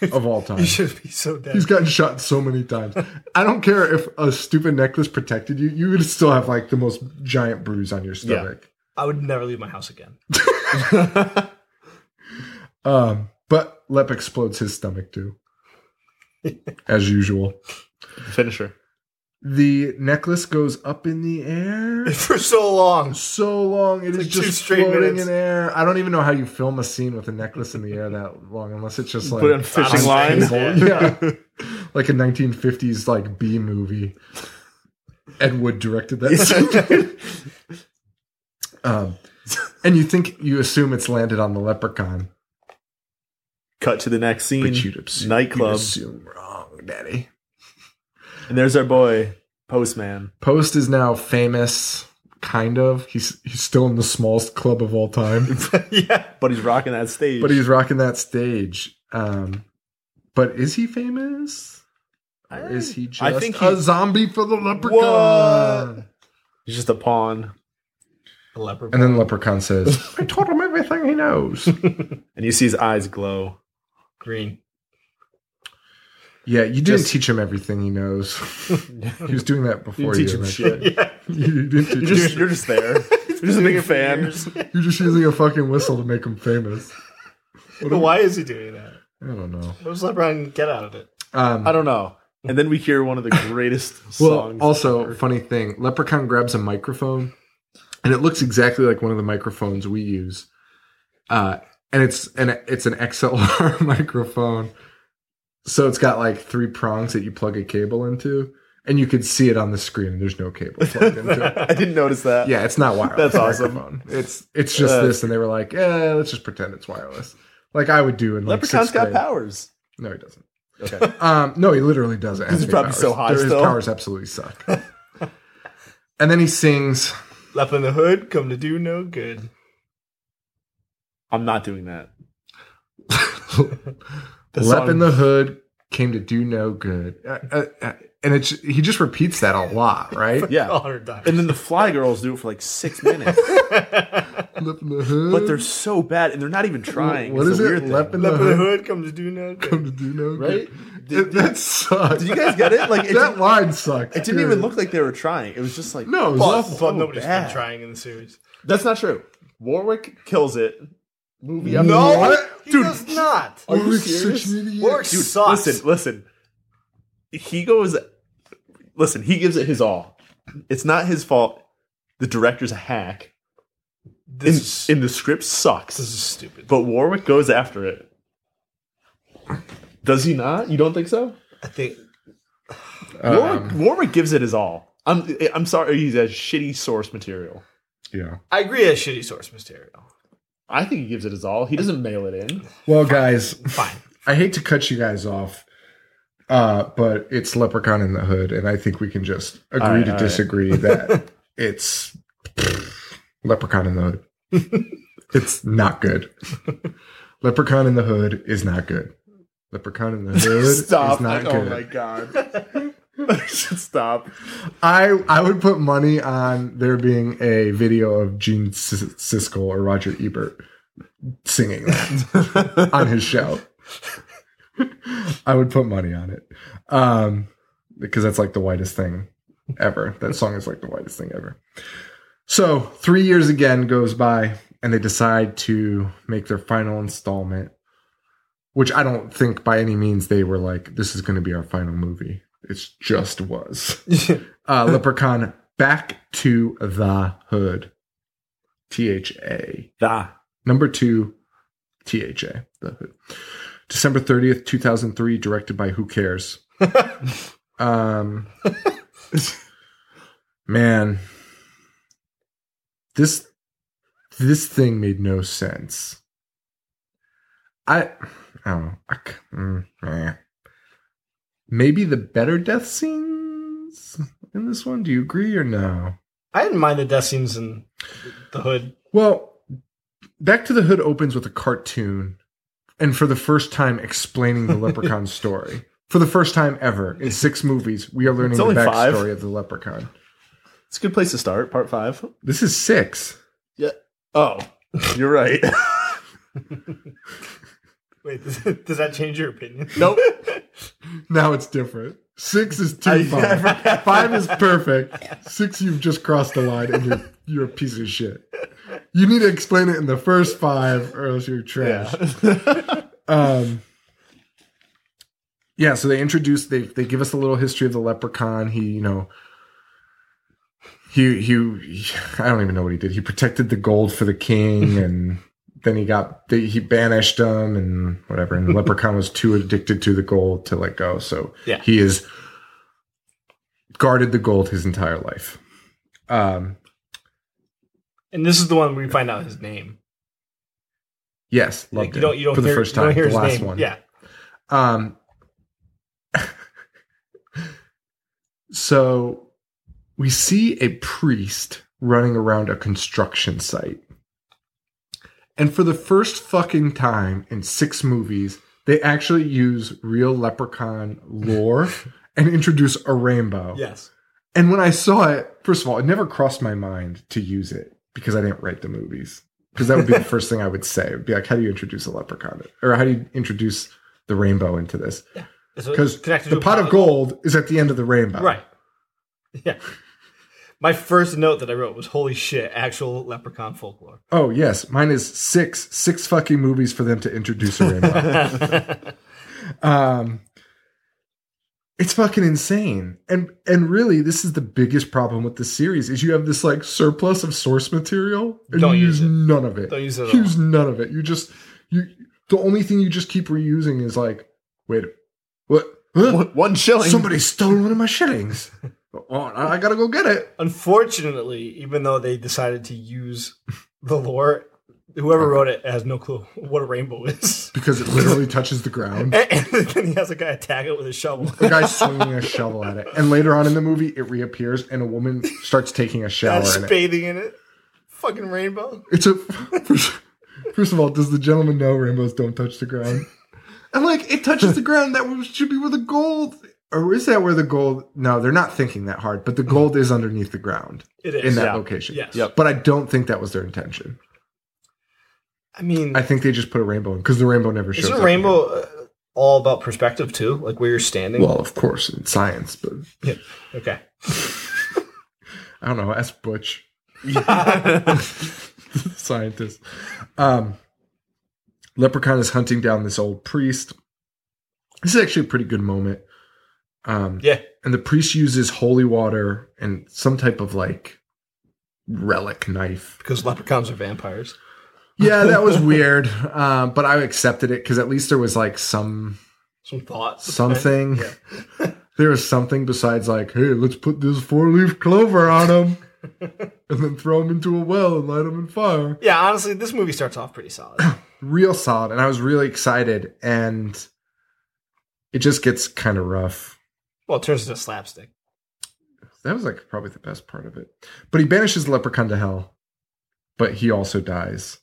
S4: of all time.
S5: He should be so dead.
S4: He's gotten shot so many times. I don't care if a stupid necklace protected you; you would still have like the most giant bruise on your stomach.
S5: I would never leave my house again.
S4: Um, but Lep explodes his stomach too, as usual.
S2: Finisher.
S4: The necklace goes up in the air
S5: For so long.
S4: so long; it's
S5: like two
S4: just
S5: straight
S4: floating
S5: minutes.
S4: in air. I don't even know how you film a scene with a necklace in the air that long, unless it's just like
S2: Put on fishing
S5: on
S2: lines.
S5: strings,
S4: yeah, like a 1950s like B movie. Ed Wood directed that. scene. um, and you think you assume it's landed on the leprechaun,
S2: Cut to the next scene.
S4: but you'd assume,
S2: Nightclub.
S4: you'd assume wrong, Daddy.
S2: And there's our boy, Postman.
S4: Post is now famous, kind of. He's he's still in the smallest club of all time,
S5: yeah.
S2: But he's rocking that stage.
S4: but he's rocking that stage. Um, but is he famous? Or is he just
S2: I think
S4: a
S2: he-
S4: zombie for the leprechaun?
S2: he's just a pawn.
S5: The leper.
S4: And then Leprechaun says, I told him everything he knows.
S2: And you see his eyes glow.
S5: green.
S4: yeah, you didn't
S2: Just-
S4: teach him everything he knows. he was doing that before
S2: You
S4: you.
S2: teach him
S4: right?
S2: shit.
S5: Yeah.
S4: You didn't teach
S2: You're just,
S4: him.
S2: you're just there. You're just a big fan.
S4: You're just using a fucking whistle to make him famous.
S5: But why is he doing that?
S4: I don't know.
S5: What does LeBron get out of it?
S2: Uh-huh.
S4: Um,
S2: I don't know. And then we hear one of the greatest
S4: well,
S2: songs.
S4: also, funny thing Leprechaun grabs a microphone, and it looks exactly like one of the microphones we use. Uh, and it's an it's an XLR microphone, so it's got like three prongs that you plug a cable into, and you could see it on the screen. And there's no cable plugged into it.
S2: I didn't notice that.
S4: Yeah, it's not wireless.
S2: That's awesome.
S4: microphone. It's it's just
S2: Uh,
S4: this, and they were like, "Yeah, let's just pretend it's wireless." Like I would do in like
S2: Leprechaun's
S4: sixth
S2: got
S4: grade.
S2: powers.
S4: No, he doesn't.
S2: Okay.
S4: Um, no, he literally doesn't. have
S2: He's
S4: any
S2: probably so high
S4: His
S2: still.
S4: powers absolutely suck. and then he sings
S5: Left in the hood, come to do no good.
S2: I'm not doing that.
S5: The
S4: Lep
S5: song-
S4: in the hood came to do no good, Uh, uh, uh, and it's he just repeats that a lot, right?
S2: Yeah.
S5: $100.
S2: And then the Fly Girls do it for like six minutes,
S4: Lep in the hood,
S2: but they're so bad, and they're not even trying.
S4: What
S2: It's
S4: is
S2: the
S4: it?
S2: weird thing.
S4: Lep in the
S5: Left in the
S4: hood
S5: hood, come to do no good.
S4: come to do no
S2: Right?
S4: good.
S2: Did-
S4: It- that sucks.
S2: Did you guys get it? Like it,
S4: that
S2: didn't,
S4: line sucks.
S2: it didn't even
S4: period.
S2: look like they were trying. It was just like
S4: No, it was
S5: But,
S4: awful.
S5: but nobody's
S2: bad.
S5: been trying in the series.
S2: That's not true. Warwick kills it. Movie after
S4: No, What?
S5: Oh, he
S2: Dude,
S5: does not.
S2: Are you
S4: Warwick's
S2: serious?
S4: such an idiot.
S5: Warwick
S2: Dude,
S5: sucks.
S2: listen, listen. He goes. Listen, he gives it his all. It's not his fault. The director's a hack,
S5: this,
S2: and,
S5: is,
S2: and the script sucks.
S5: this is stupid.
S2: But Warwick goes after it. Does he not? You don't think so?
S5: I think
S4: Uh, Um,
S2: Warwick, Warwick gives it his all. I'm I'm sorry, he's a shitty source material.
S4: Yeah.
S5: I agree. As shitty source material.
S2: I think he gives it his all. He doesn't mail it in.
S4: Well, guys,
S5: Fine.
S4: I hate to cut you guys off, uh, but it's Leprechaun in the Hood, and I think we can just agree
S2: All right,
S4: to
S2: all right.
S4: disagree that it's Leprechaun in the Hood. it's not good. Leprechaun in the Hood is not good. Leprechaun in the Hood
S2: Stop!
S4: is not
S2: oh
S4: good.
S2: my god! Stop!
S4: I I would put money on there being a video of Gene Sis- Siskel or Roger Ebert singing that on his show. I would put money on it um, because that's like the whitest thing ever. That song is like the whitest thing ever. So three years again goes by, and they decide to make their final installment, which I don't think by any means they were like, "This is going to be our final movie." It's just was uh, Leprechaun back to the hood. T H A.
S2: Da.
S4: Number two, T H A. The hood. December 30th, 2003, directed by Who Cares. um, man, this this thing made no sense. I, I don't know. I c- mm, eh. Maybe the better death scenes in this one. Do you agree or no?
S5: I didn't mind the death scenes in the hood.
S4: Well, Back to the Hood opens with a cartoon and for the first time explaining the leprechaun story. For the first time ever in six movies, we are learning
S2: It's
S4: the
S2: only five.
S4: backstory of the leprechaun.
S2: It's a good place to start. Part five.
S4: This is six.
S2: Oh, you're right.
S5: Wait, does, does that change your opinion?
S2: nope.
S4: Now it's different. Six is
S2: I-
S4: too far.
S2: I forgot.
S4: Five is perfect. Six, you've just crossed the line and you're, you're a piece of shit. You need to explain it in the first five or else you're trash. um yeah so they introduce they they give us a little history of the leprechaun he you know he, he i don't even know what he did he protected the gold for the king and then he got they, he banished him and whatever and the leprechaun was too addicted to the gold to let go so
S5: Yeah.
S4: he is guarded the gold his entire life um
S5: And this is the one where you find out his name.
S4: yes loved
S5: Like, you
S4: it
S5: don't. You don't
S4: for
S5: hear,
S4: the first
S5: You
S4: time
S5: don't hear
S4: the
S5: his
S4: last
S5: name.
S4: one
S5: Yeah.
S4: Um, so we see a priest running around a construction site. And for the first fucking time in six movies, they actually use real leprechaun lore and introduce a rainbow.
S5: Yes.
S4: And when I saw it, first of all, it never crossed my mind to use it because I didn't write the movies. Because that would be the first thing I would say. It would be like, how do you introduce a leprechaun? Or how do you introduce the rainbow into this?
S5: So it's
S4: Because
S5: connected
S4: the
S5: to a
S4: pot of gold is at the end of the rainbow.
S5: Right. Yeah. My first note that I wrote was, "Holy shit! Actual leprechaun folklore."
S4: Oh, yes. Mine is six, six fucking movies for them to introduce a rainbow. um it's fucking insane and and really this is the biggest problem with the series is you have this like surplus of source material and
S5: Don't
S4: you
S5: use it.
S4: none of it
S5: Don't use it at
S4: use none of it you just you the only thing you just keep reusing is like wait what huh?
S2: One- One shilling.
S4: somebody stole one of my shillings oh, i I gotta go get it
S5: Unfortunately, even though they decided to use the lore, Whoever wrote it has no clue what a rainbow is.
S4: because it literally touches the ground.
S5: and then he has a guy attack it with a shovel.
S4: The guy's swinging a shovel at it, and later on in the movie, it reappears, and a woman starts taking a shower
S5: That's
S4: in it.
S5: bathing in it. Fucking rainbow.
S4: It's a first, first of all, does the gentleman know rainbows don't touch the ground? And like it touches the ground, that was- should be where the gold, or is that where the gold? No, they're not thinking that hard, but the gold is underneath the ground
S5: It is.
S4: in that
S2: Yeah.
S4: location.
S5: Yes.
S2: Yep.
S4: But I don't think that was their intention.
S5: I mean,
S4: I think they just put a rainbow in because the rainbow never shows.
S5: isn't
S4: up
S5: rainbow uh, all about perspective too? Like where you're standing?
S4: again. Well, of course, in science, but
S5: Yeah. Okay.
S4: I don't know. Ask Butch, scientist. Um, Leprechaun is hunting down this old priest. This is actually a pretty good moment. Um,
S5: Yeah.
S4: and the priest uses holy water and some type of like relic knife.
S5: Because leprechauns are vampires.
S4: Yeah, that was weird, um, but I accepted it because at least there was like some
S5: Some thoughts.
S4: something. there was something besides like, hey, let's put this four leaf clover on him, and then throw him into a well and light him in fire.
S5: Yeah, honestly, this movie starts off pretty solid.
S4: real solid and i was really excited and it just gets kind of rough
S5: well, it turns into slapstick.
S4: that was like probably the best part of it but he banishes the leprechaun to hell but he also dies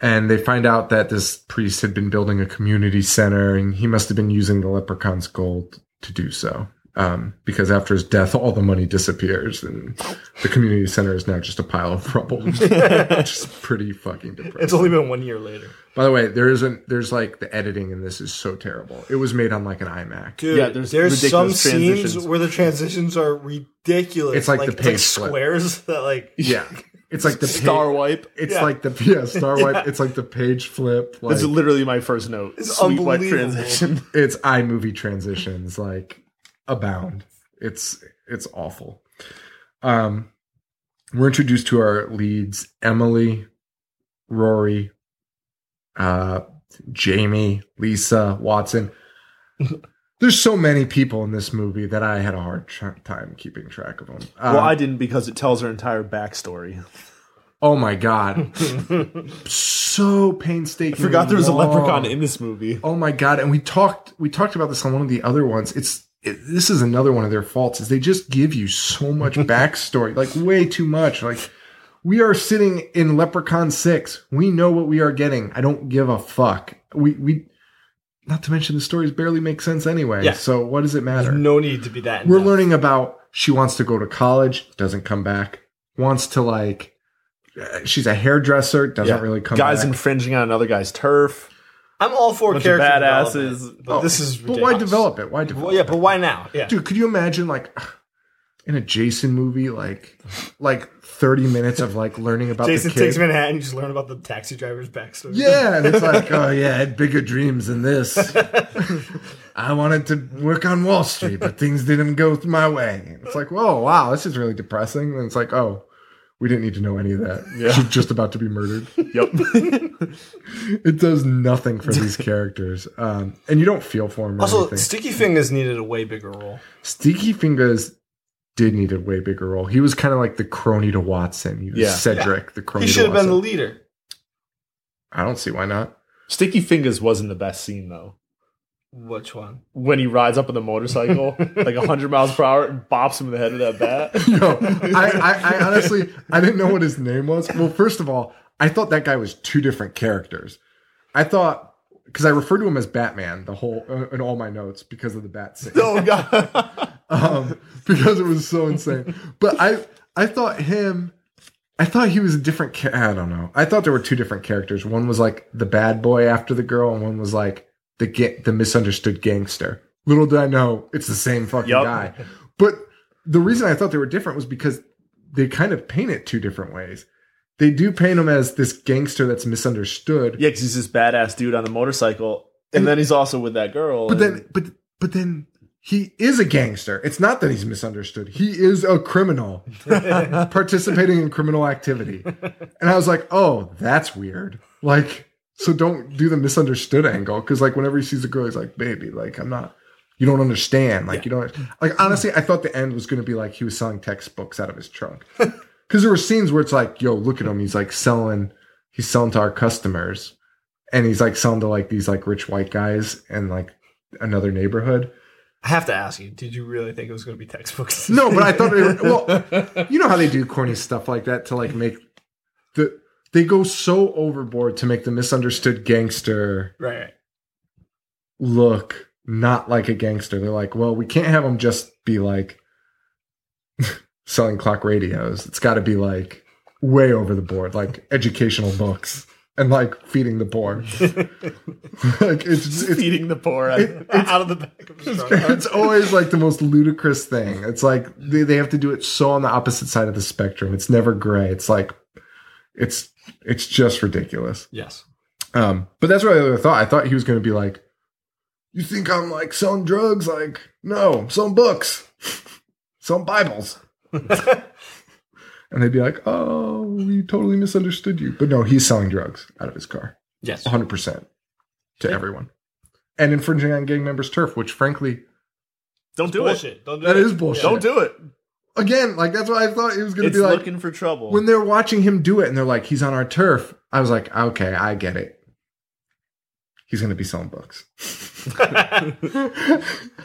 S4: and they find out that this priest had been building a community center and he must have been using the leprechaun's gold to do so um, because after his death all the money disappears and the community center is now just a pile of rubble which is pretty fucking depressing
S5: It's only been one year later.
S4: By the way, there isn't. There's like the editing in this is so terrible. It was made on like an iMac.
S5: Dude,
S2: Yeah,
S5: there's,
S2: there's
S5: some
S2: ridiculous
S5: scenes
S2: transitions.
S5: where the transitions are ridiculous.
S4: It's like the page flip.
S5: squares that like
S4: Yeah, it's like the Pa-
S2: Star wipe.
S4: it's
S5: Yeah.
S4: like the yeah star wipe. It's like the page flip. Like
S2: That's literally my first note.
S5: It's
S2: Sweet wet
S5: unbelievable.
S2: transition.
S4: it's iMovie transitions like abound. It's it's awful. Um, we're introduced to our leads: Emily, Rory, uh, Jamie, Lisa, Watson. There's so many people in this movie that I had a hard tr- time keeping track of them. Um,
S2: well, I didn't because it tells her entire backstory.
S4: oh my god, so painstaking.
S2: I forgot there was a
S4: long.
S2: leprechaun in this movie.
S4: Oh my god! And we talked we talked about this on one of the other ones. It's it, this is another one of their faults is they just give you so much backstory, like way too much. Like we are sitting in Leprechaun Six. We know what we are getting. I don't give a fuck. We we not to mention the stories barely make sense anyway.
S5: Yeah.
S4: So what does it matter?
S5: no need to be that. in
S4: We're
S5: depth.
S4: learning about she wants to go to college, doesn't come back. Wants to like uh, she's a hairdresser, doesn't
S2: Yeah.
S4: really come
S2: guys
S4: back.
S2: infringing on another guy's turf.
S5: I'm all for
S2: Bunch of
S5: character
S2: badasses.
S5: development, but
S4: Oh,
S5: this is
S4: but why
S5: ridiculous.
S4: develop it? Why develop?
S5: Well, yeah,
S4: it?
S5: but why now? Yeah,
S4: dude could you imagine like in a jason movie like like 30 minutes of like learning about
S5: Jason
S4: the kid
S5: takes Manhattan. You just learn about the taxi driver's backstory.
S4: yeah and it's like oh yeah i had bigger dreams than this i wanted to work on wall street but things didn't go my way it's like whoa wow this is really depressing and it's like oh we didn't need to know any of that
S2: Yeah.
S4: she's just about to be murdered
S2: Yep.
S4: it does nothing for these characters um and you don't feel for them or
S5: Also,
S4: anything.
S5: Sticky Fingers needed a way bigger role.
S4: Sticky Fingers did need a way bigger role. He was kind of like the crony to Watson. He was
S2: Yeah.
S4: Cedric, the crony
S5: He
S4: to
S5: should have
S4: Watson.
S5: been the leader.
S4: I don't see why not.
S2: Sticky Fingers wasn't the best scene though.
S5: Which one?
S2: When he rides up on the motorcycle, like hundred miles per hour, and bops him in the head with that bat.
S4: No, I, I, I honestly, I didn't know what his name was. Well, first of all, I thought that guy was two different characters. I thought because I referred to him as Batman the whole uh, in all my notes because of the bat scene.
S2: oh god.
S4: um, because it was so insane. But I I thought him. I thought he was a different. Cha- I don't know. I thought there were two different characters. One was like the bad boy after the girl, and one was like the ga- the misunderstood gangster. Little did I know, it's the same fucking
S2: Yup.
S4: guy. But the reason I thought they were different was because they kind of paint it two different ways. They do paint him as this gangster that's misunderstood,
S2: Yeah, 'cause he's this badass dude on the motorcycle, and then he's also with that girl.
S4: But
S2: and-
S4: then, but but then he is a gangster. It's not that he's misunderstood. He is a criminal participating in criminal activity. And I was like, oh, that's weird. Like, so don't do the misunderstood angle because like whenever he sees a girl, he's like, baby, like I'm not. You don't understand. Like you don't. Like honestly, I thought the end was going to be like he was selling textbooks out of his trunk. because there were scenes where it's like, yo, look at him. He's like selling, he's selling to our customers, and he's like selling to like these like rich white guys and like another neighborhood.
S5: I have to ask you, did you really think it was going to be textbooks?
S4: No, but I thought they were, well, you know how they do corny stuff like that to like make the they go so overboard to make the misunderstood gangster
S5: right, right.
S4: look not like a gangster. They're like, well, we can't have him just be like selling clock radios. It's got to be like way over the board, like educational books and like feeding the poor. like it's it's
S2: Feeding the poor. I-
S5: out of the back of his truck.
S4: it's always like the most ludicrous thing. It's like they, they have to do it so on the opposite side of the spectrum. It's never gray. It's like it's it's just ridiculous.
S5: Yes.
S4: Um, but that's what I thought. I thought he was going to be like, "You think I'm like selling drugs? Like, no, I'm selling books, selling Bibles." and they'd be like, "Oh, we totally misunderstood you." But no, he's selling drugs out of his car.
S5: Yes.
S4: 100% to everyone and infringing on gang members turf which frankly
S2: Don't do it.
S5: bullshit. Don't do
S4: that
S5: it.
S4: is bullshit
S2: Don't do it.
S4: again like that's what i thought it was going to
S2: It's
S4: be like
S2: looking for trouble.
S4: when they're watching him do it and they're like he's on our turf i was like okay i get it he's going to be selling books i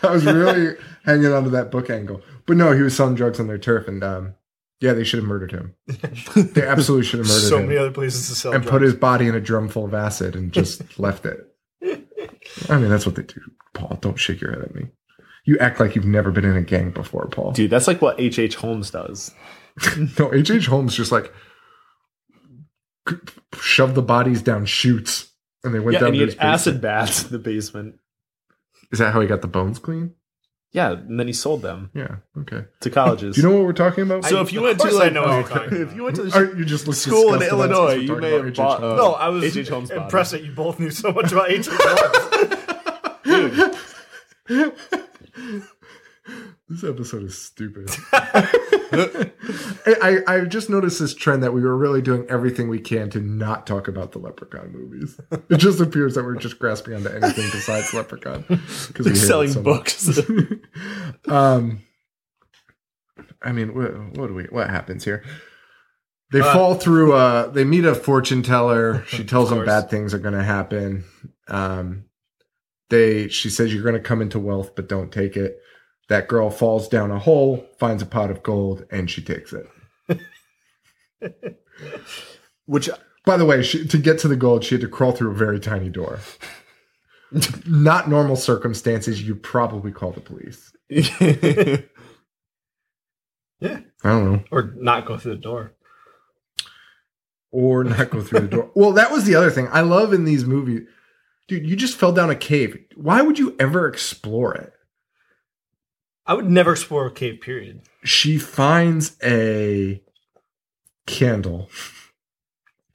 S4: was really hanging onto that book angle but no he was selling drugs on their turf and um yeah they should have murdered him they absolutely should have murdered
S5: so
S4: him
S5: many other places to sell
S4: and
S5: drugs.
S4: put his body in a drum full of acid and just left it. I mean, that's what they do, Paul. Don't shake your head at me. You act like you've never been in a gang before, Paul.
S2: Dude, that's like what H.H. H. Holmes does.
S4: No, H.H. H. Holmes just like c- shoved the bodies down chutes and they went
S2: Yeah,
S4: down
S2: and he
S4: to
S2: had
S4: his basement.
S2: acid baths in the basement.
S4: Is that how he got the bones clean?
S2: Yeah, and then he sold them
S4: Yeah, okay.
S2: to colleges.
S4: Do you know what we're talking about?
S2: so
S5: I-
S2: if you
S5: of
S2: went to
S5: course I
S2: like,
S5: know what you're
S2: okay.
S5: talking about.
S2: if you went to the
S4: Are- you just look
S2: school in
S4: disgusted. That's 'cause
S2: Illinois,
S4: we're
S2: you
S4: talking
S2: may
S4: about
S2: have
S4: H.H.
S2: bought.
S4: Holmes.
S5: no, I was
S2: H.H. Holmes body.
S5: impressed that you both knew so much about H.H. Holmes.
S2: uh,
S4: This episode is stupid. I, I I just noticed this trend that we were really doing everything we can to not talk about the Leprechaun movies. It just appears that we're just grasping onto anything besides Leprechaun because
S2: They're selling books.
S4: Um, I mean, what, what do we? What happens here? They fall through. Uh, they meet a fortune teller. She tells them
S5: course.
S4: bad things are going to happen. Um, they. She says you're going to come into wealth, but don't take it. That girl falls down a hole, finds a pot of gold, and she takes it.
S2: Which
S4: By the way, she, to get to the gold, she had to crawl through a very tiny door. Not normal circumstances. You probably call the police. I don't know.
S5: or not go through the door.
S4: or not go through the door. well, that was the other thing I love in these movies. Dude, you just fell down a cave. Why would you ever explore it?
S5: I would never explore a cave, period.
S4: She finds a candle.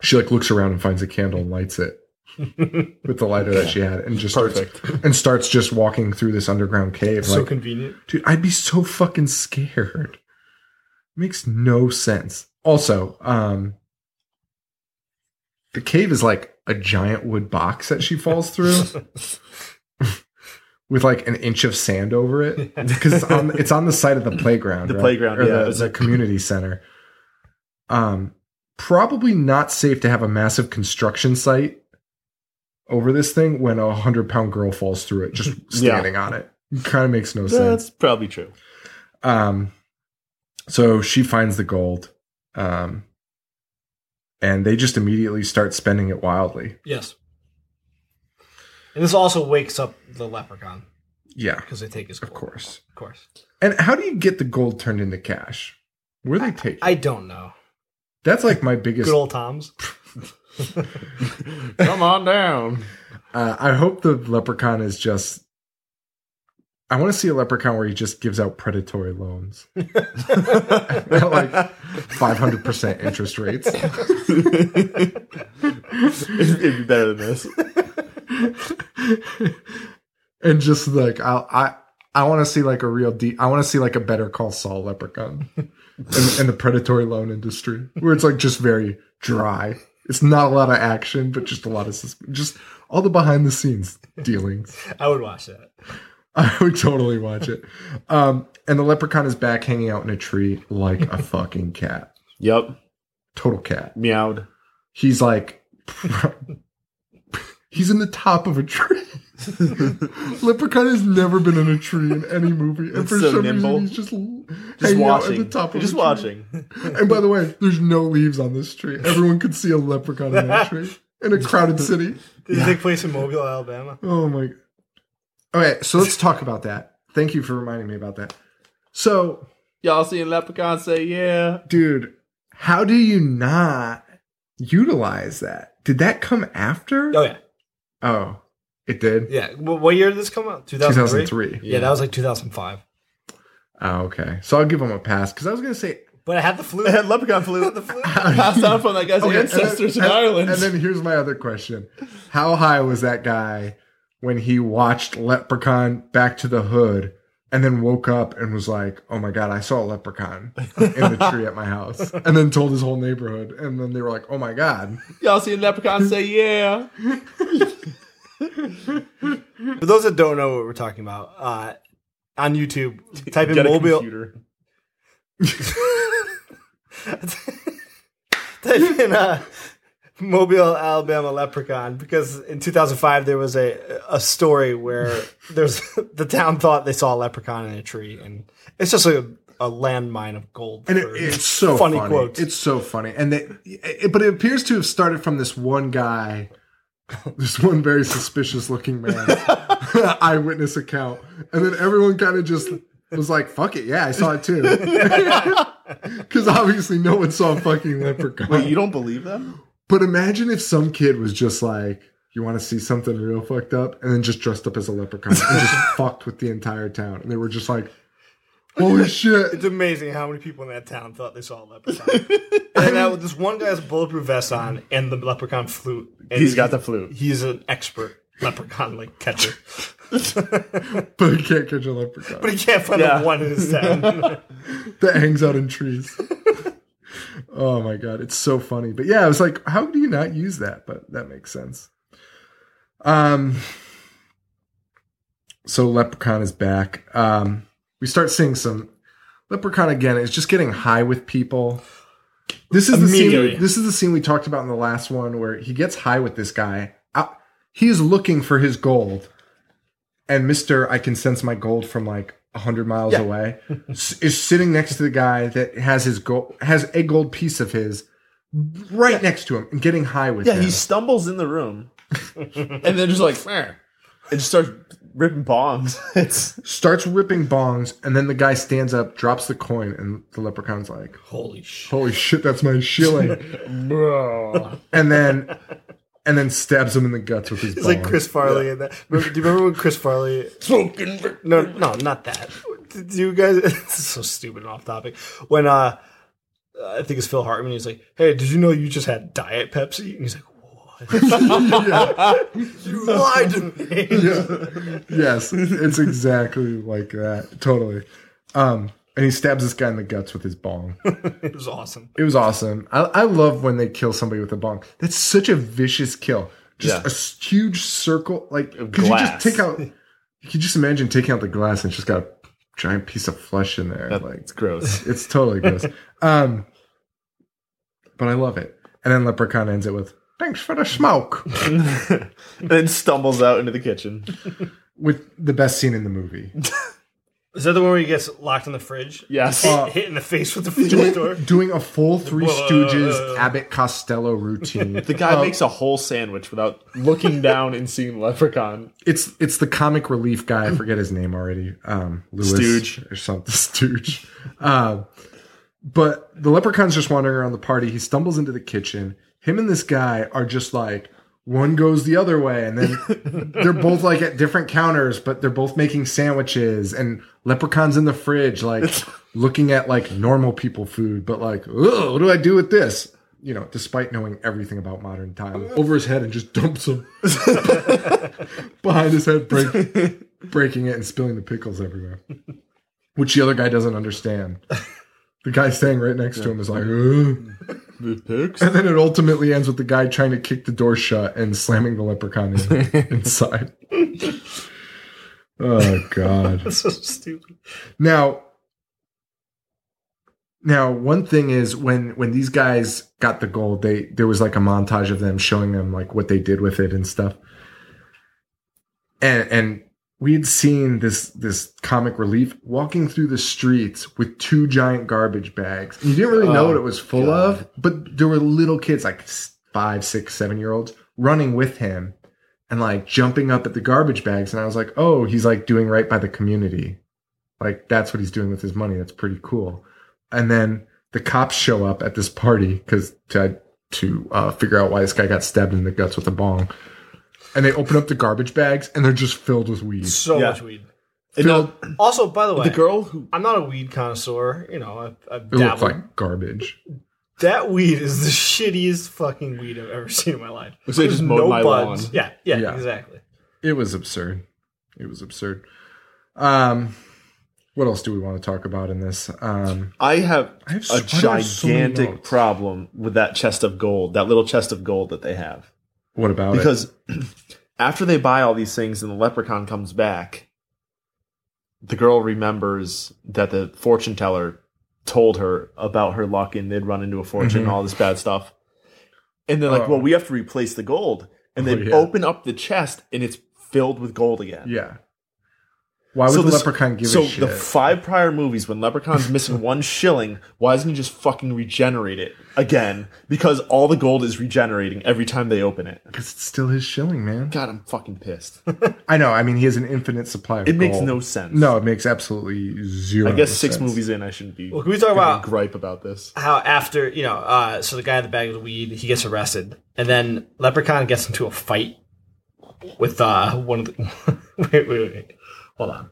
S4: She like looks around and finds a candle and lights it with the lighter that she had and just
S2: perfect.
S4: starts, and starts just walking through this underground cave
S5: so
S4: like
S5: convenient.
S4: Dude, I'd be so fucking scared. Makes no sense. Also, um the cave is like a giant wood box that she falls through with like an inch of sand over it because it's on it's on the side of the playground.
S2: The
S4: right?
S2: playground,
S4: or
S2: yeah.
S4: the, the community center. Um probably not safe to have a massive construction site over this thing when a 100-pound girl falls through it just standing on it. Kind of makes no sense.
S2: That's probably true.
S4: Um, so she finds the gold, um, and they just immediately start spending it wildly.
S5: Yes. And this also wakes up the leprechaun
S4: Yeah,
S5: because they take his
S4: of
S5: gold.
S4: course.
S5: Of course.
S4: And how do you get the gold turned into cash? Where they take it?
S5: I don't know.
S4: That's like my biggest.
S5: Good old Tom's.
S6: Come on down.
S4: Uh, I hope the leprechaun is just. I want to see a leprechaun where he just gives out predatory loans at like five hundred percent interest rates.
S2: It'd be better than this.
S4: and just like I I I want to see like a real deep. I want to see like a Better Call Saul leprechaun in, in the predatory loan industry, where it's like just very dry. It's not a lot of action, but just a lot of sus- just all the behind the scenes dealings.
S5: I would watch that.
S4: I would totally watch it. Um, and the leprechaun is back hanging out in a tree like a fucking cat.
S2: Yep.
S4: Total cat.
S2: Meowed.
S4: He's like, he's in the top of a tree. Leprechaun has never been in a tree in any movie, and
S2: It's
S4: for
S2: so
S4: some
S2: nimble.
S4: reason he's just
S2: Just
S4: hanging out at
S2: watching.
S4: the top of
S2: just
S4: a tree.
S2: watching.
S4: And by the way, there's no leaves on this tree. Everyone could see a leprechaun in that tree in a crowded city.
S5: Did it take place in Mobile, Alabama?
S4: Oh my. Okay, so let's talk about that. Thank you for reminding me about that. So,
S2: Y'all seen Leprechaun say yeah.
S4: dude, how do you not utilize that? Did that come after?
S5: Oh yeah,
S4: Oh, it did?
S5: yeah. Wh- What year did this come out? Two thousand three.
S4: 2003.
S5: Yeah, that was like two thousand five.
S4: Oh, okay. So I'll give him a pass because I was going to say.
S5: But I had the flu.
S2: Leprechaun flew.
S5: the flu.
S2: Passed on from that guy's
S4: Okay, and then-
S2: ancestors
S4: and-
S2: in Ireland.
S4: And then here's my other question How high was that guy when he watched Leprechaun Back to the Hood and then woke up and was like, oh my God, I saw a leprechaun in the tree at my house? And then told his whole neighborhood. And then they were like, oh my God.
S2: Y'all seen Leprechaun say yeah.
S5: For those that don't know what we're talking about, uh, on YouTube, type in
S2: Get a
S5: Mobile.
S2: computer.
S5: type in uh, Mobile, Alabama leprechaun because in 2005 there was a a story where there's the town thought they saw a leprechaun in a tree, and it's just like a, a landmine of gold.
S4: And it,
S5: for
S4: it's so funny.
S5: funny, quotes.
S4: It's so funny. And they, it, but it appears to have started from this one guy, this one very suspicious looking man, eyewitness account. And then everyone kind of just was like, fuck it. Yeah, I saw it too. Because obviously no one saw a fucking leprechaun.
S2: Wait, you don't believe them?
S4: But imagine if some kid was just like, you want to see something real fucked up? And then just dressed up as a leprechaun and just fucked with the entire town. And they were just like, holy shit.
S5: It's amazing how many people in that town thought they saw a leprechaun. and now this one guy has a bulletproof vest on and the leprechaun flute. And
S2: He's got the flute.
S5: He's an expert leprechaun like catcher,
S4: But you can't catch a leprechaun.
S5: but he can't find
S2: Yeah.
S5: the one in his town.
S4: that hangs out in trees. oh my god, it's so funny. But yeah, I was like, how do you not use that? But that makes sense. Um so Leprechaun is back. Um we start seeing some Leprechaun again is just getting high with people. This is the
S5: Immediately.
S4: scene this is the scene we talked about in the last one where he gets high with this guy. Out- He's looking for his gold. And Mr. I can sense my gold from like 100 miles away s- is sitting next to the guy that has his gold has a gold piece of his right next to him and getting high with
S2: Yeah,
S4: him.
S2: he stumbles in the room and then just like "Meh," and just starts ripping bombs. It's
S4: starts ripping bongs and then the guy stands up, drops the coin and the leprechaun's like,
S5: Holy shit.
S4: "Holy shit, that's my shilling." and then and then stabs him in the guts with his
S5: It's like Chris Farley in that. Remember- do you remember when Chris Farley? No, no, not that. Do you guys? This is so stupid and off topic. When uh, I think it's Phil Hartman. He's like, "Hey, did you know you just had Diet Pepsi?" And he's like, "What? you lied to me."
S4: yes, it's exactly like that. Totally. Um and he stabs this guy in the guts with his bong.
S5: It was awesome.
S4: It was awesome. I, I love when they kill somebody with a bong. That's such a vicious kill. Just
S2: Yeah.
S4: a s- huge circle, like
S2: Of
S4: because you just
S2: glass.
S4: take out. You can just imagine taking out the glass and it's just got a giant piece of flesh in there. like
S2: it's gross.
S4: it's totally gross. um, but I love it. And then Leprechaun ends it with "Thanks for the smoke,"
S2: and then stumbles out into the kitchen.
S4: with the best scene in the movie.
S5: Is that the one where he gets locked in the fridge?
S2: Yes.
S4: Uh,
S5: Hit in the face with the fridge door.
S4: Doing a full Three
S5: Whoa.
S4: Stooges Abbott Costello routine. Um,
S2: the guy makes a whole sandwich without looking down and seeing Leprechaun.
S4: it's it's the comic relief guy. I forget his name already. Um, Lewis
S2: Stooge.
S4: or something. Stooge. Um, but the leprechaun's just wandering around the party. He stumbles into the kitchen. Him and this guy are just like one goes the other way, and then they're both like at different counters, but they're both making sandwiches. And leprechauns in the fridge, like looking at like normal people food, but like, oh, what do I do with this? You know, despite knowing everything about modern time, over his head and just dumps him behind his head, break, breaking it and spilling the pickles everywhere, which the other guy doesn't understand. The guy standing right next to him is like, "Ugh."
S2: The pigs?
S4: and then it ultimately ends with the guy trying to kick the door shut and slamming the leprechaun in, inside. Oh God!
S5: That's so stupid.
S4: Now, Now, one thing is when when these guys got the gold, they there was like a montage of them showing them like what they did with it and stuff. And and we had seen this this comic relief walking through the streets with two giant garbage bags. You didn't really know
S5: Oh,
S4: what it was full of, but there were little kids like s- five, six, seven year olds running with him and like jumping up at the garbage bags. And I was like, oh, he's like doing right by the community. Like that's what he's doing with his money. That's pretty cool. And then the cops show up at this party because to to uh, figure out why this guy got stabbed in the guts with a bong. And they open up the garbage bags and they're just filled with weed.
S5: So
S2: Yeah.
S5: much weed.
S2: And now,
S5: Also, by the way,
S2: the girl who
S5: I'm not a weed connoisseur. You know, I, I
S4: It looked
S5: dabble.
S4: like garbage.
S5: that weed is the shittiest fucking weed I've ever seen in my life.
S2: So they just mowed my lawn.
S5: Yeah, yeah,
S4: Yeah.
S5: exactly.
S4: It was absurd. It was absurd. Um, what else do we want to talk about in this? Um,
S2: I have
S4: I have so-
S2: a
S4: why do I have so many
S2: gigantic
S4: notes?
S2: problem with that chest of gold, that little chest of gold that they have.
S4: what about it?
S2: because after they buy all these things and the leprechaun comes back the girl remembers that the fortune teller told her about her luck and they'd run into a fortune and all this bad stuff and they're like
S4: Mm-hmm. Oh.
S2: well we have to replace the gold and they
S4: Oh, yeah.
S2: open up the chest and it's filled with gold again
S4: Yeah. Why would the
S2: this-
S4: leprechaun give
S2: so
S4: a shit?
S2: the five prior movies when leprechaun's missing one shilling why doesn't he just fucking regenerate it again because all the gold is regenerating every time they open it
S4: Because it's still his shilling, man.
S2: god i'm fucking pissed
S4: I know. I mean, he has an infinite supply of
S2: It makes
S4: gold.
S2: no sense.
S4: No, it makes absolutely zero.
S2: I guess six
S4: sense.
S2: movies in, I shouldn't be.
S5: Well, can we talk
S2: giving
S5: about-
S2: gripe about this?
S5: How after you know, uh, so the guy with the bag of weed, he gets arrested, and then Leprechaun gets into a fight with uh, one of the. wait, wait, wait, hold on.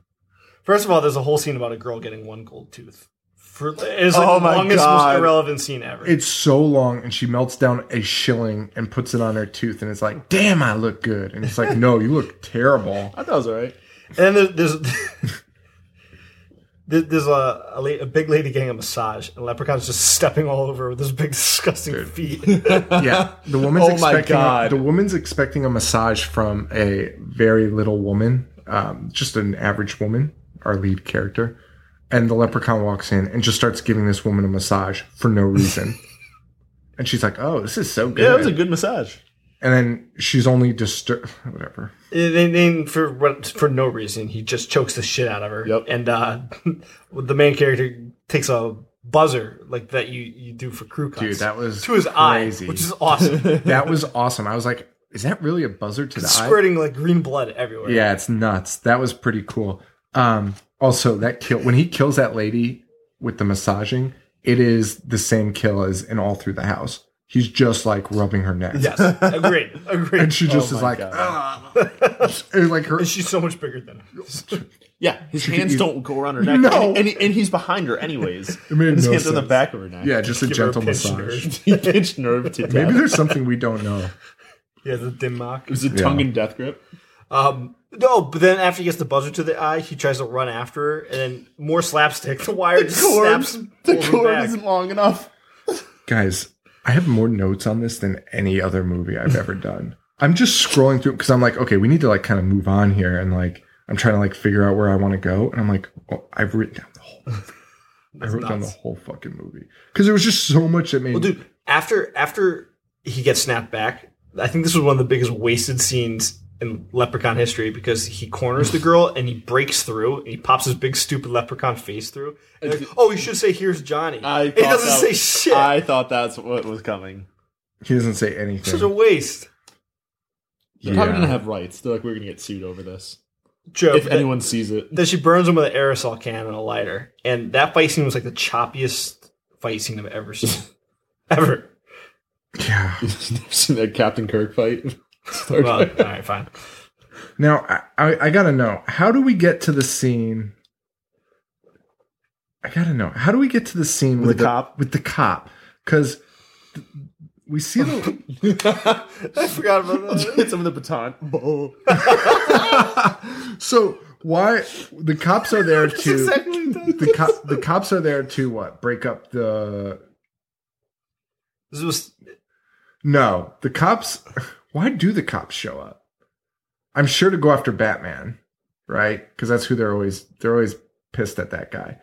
S5: First of all, there's a whole scene about a girl getting one gold tooth. For, it's like
S2: Oh
S5: the
S2: my
S5: longest,
S2: God.
S5: most irrelevant scene ever.
S4: It's so long, and she melts down a shilling and puts it on her tooth, and it's like, "Damn, I look good." And it's like, "No, you look terrible."
S2: I thought it was all right.
S5: And then there's there's, there- there's a a, la- a big lady getting a massage, and Leprechaun's just stepping all over with his big disgusting feet.
S4: Yeah, the woman's
S2: Oh my
S4: expecting
S2: God.
S4: A, the woman's expecting a massage from a very little woman, um, just an average woman, our lead character, and the leprechaun walks in and just starts giving this woman a massage for no reason. and she's like, "Oh, this is so good."
S2: Yeah, it was a good massage.
S4: and then she's only disturbed. Whatever.
S5: and then- then for what- for no reason, he just chokes the shit out of her.
S2: Yep.
S5: And uh, the main character takes a buzzer like that you you do for crew cuts.
S4: Dude, that was
S5: to his
S4: crazy.
S5: eye, which is awesome.
S4: That was awesome. I was like, "Is that really a buzzer to the eye?"
S5: Squirting like green blood everywhere.
S4: Yeah, it's nuts. That was pretty cool. Um, also, that kill when he kills that lady with the massaging, it is the same kill as in All Through the House. He's just like rubbing her neck,
S5: Yes. Agreed.
S4: and
S5: Agreed.
S4: she just is like, "Ugh." and like her.
S5: And she's so much bigger than him.
S2: Yeah, his hands
S4: you-
S2: don't go around her neck.
S4: No.
S2: and, and, and he's behind her anyways.
S4: made
S2: his
S4: no
S2: hands on the
S4: sense.
S2: back of her neck.
S4: yeah, just a
S5: Give her
S4: gentle
S5: pinch
S4: massage.
S5: nerve.
S2: he pinched nerve to death.
S4: Maybe there's something we don't know.
S5: Yeah, the dim mock.
S2: it was a tongue
S4: Yeah.
S2: and death grip.
S5: Um, no, but then after he gets the buzzer to the eye, he tries to run after her, and then more slapstick. The wire just snaps.
S2: the
S5: pulls her
S2: cord
S5: back.
S2: isn't long enough.
S4: Guys, I have more notes on this than any other movie I've ever done. I'm just scrolling through because I'm like, okay, we need to like kind of move on here, and like I'm trying to like figure out where I want to go, and I'm like, oh, I've written down the whole I wrote down the
S5: nuts.
S4: whole fucking movie because there was just so much that made.
S5: Well, dude, after after he gets snapped back, I think this was one of the biggest wasted scenes in Leprechaun history because he corners the girl and he breaks through and he pops his big stupid Leprechaun face through. And like, oh, you should say here's Johnny.
S2: I
S5: it
S2: thought
S5: doesn't
S2: that-
S5: say shit.
S2: I thought that's what was coming.
S4: he doesn't say
S5: it's such a
S4: anything.
S5: waste.
S2: They
S4: Yeah.
S2: probably didn't have rights. They're like, we're gonna get sued over this
S5: Joe,
S2: if
S5: that-
S2: anyone sees it.
S5: then she burns him with an aerosol can and a lighter. And that fight scene was like the choppiest fight scene I've ever seen. ever.
S4: yeah.
S2: You've seen that Captain Kirk fight. Star
S5: Well, all
S2: Trek.
S5: right, fine.
S4: Now I, I I gotta know how do we get to the scene? I gotta know how do we get to the scene
S2: With
S4: with
S2: the cop?
S4: with the cop because we see the
S2: I forgot about that. Hits him with a baton. Bo.
S4: so why the cops are there to
S2: exactly what it
S4: the cop the cops are there to what break up the
S5: This was
S4: no the cops why do the cops show up i'm sure to go after batman right because that's who they're always they're always pissed at that guy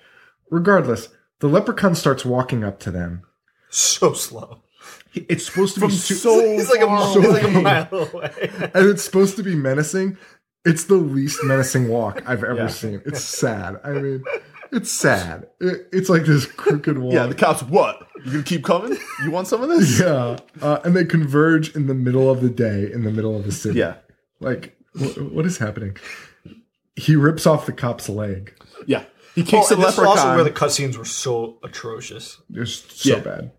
S4: regardless The leprechaun starts walking up to them.
S5: So slow.
S4: He- It's supposed to be su-
S5: He's like a,
S2: Oh,
S4: far
S5: he's like a
S4: away.
S5: mile away.
S4: and it's supposed to be menacing. It's the least menacing walk I've ever
S2: Yeah.
S4: seen. It's sad. I mean, it's sad. It, it's like this crooked walk.
S2: Yeah, the cops. What? You gonna keep coming? You want some of this?
S4: Yeah. Uh, and they converge in the middle of the day, in the middle of the city.
S2: Yeah.
S4: Like, wh- what is happening? He rips off the cop's leg.
S2: Yeah. He kicks the
S5: oh, and this is
S2: leprechaun.
S5: also where the cutscenes were so atrocious.
S4: It's so
S2: Yeah.
S4: bad.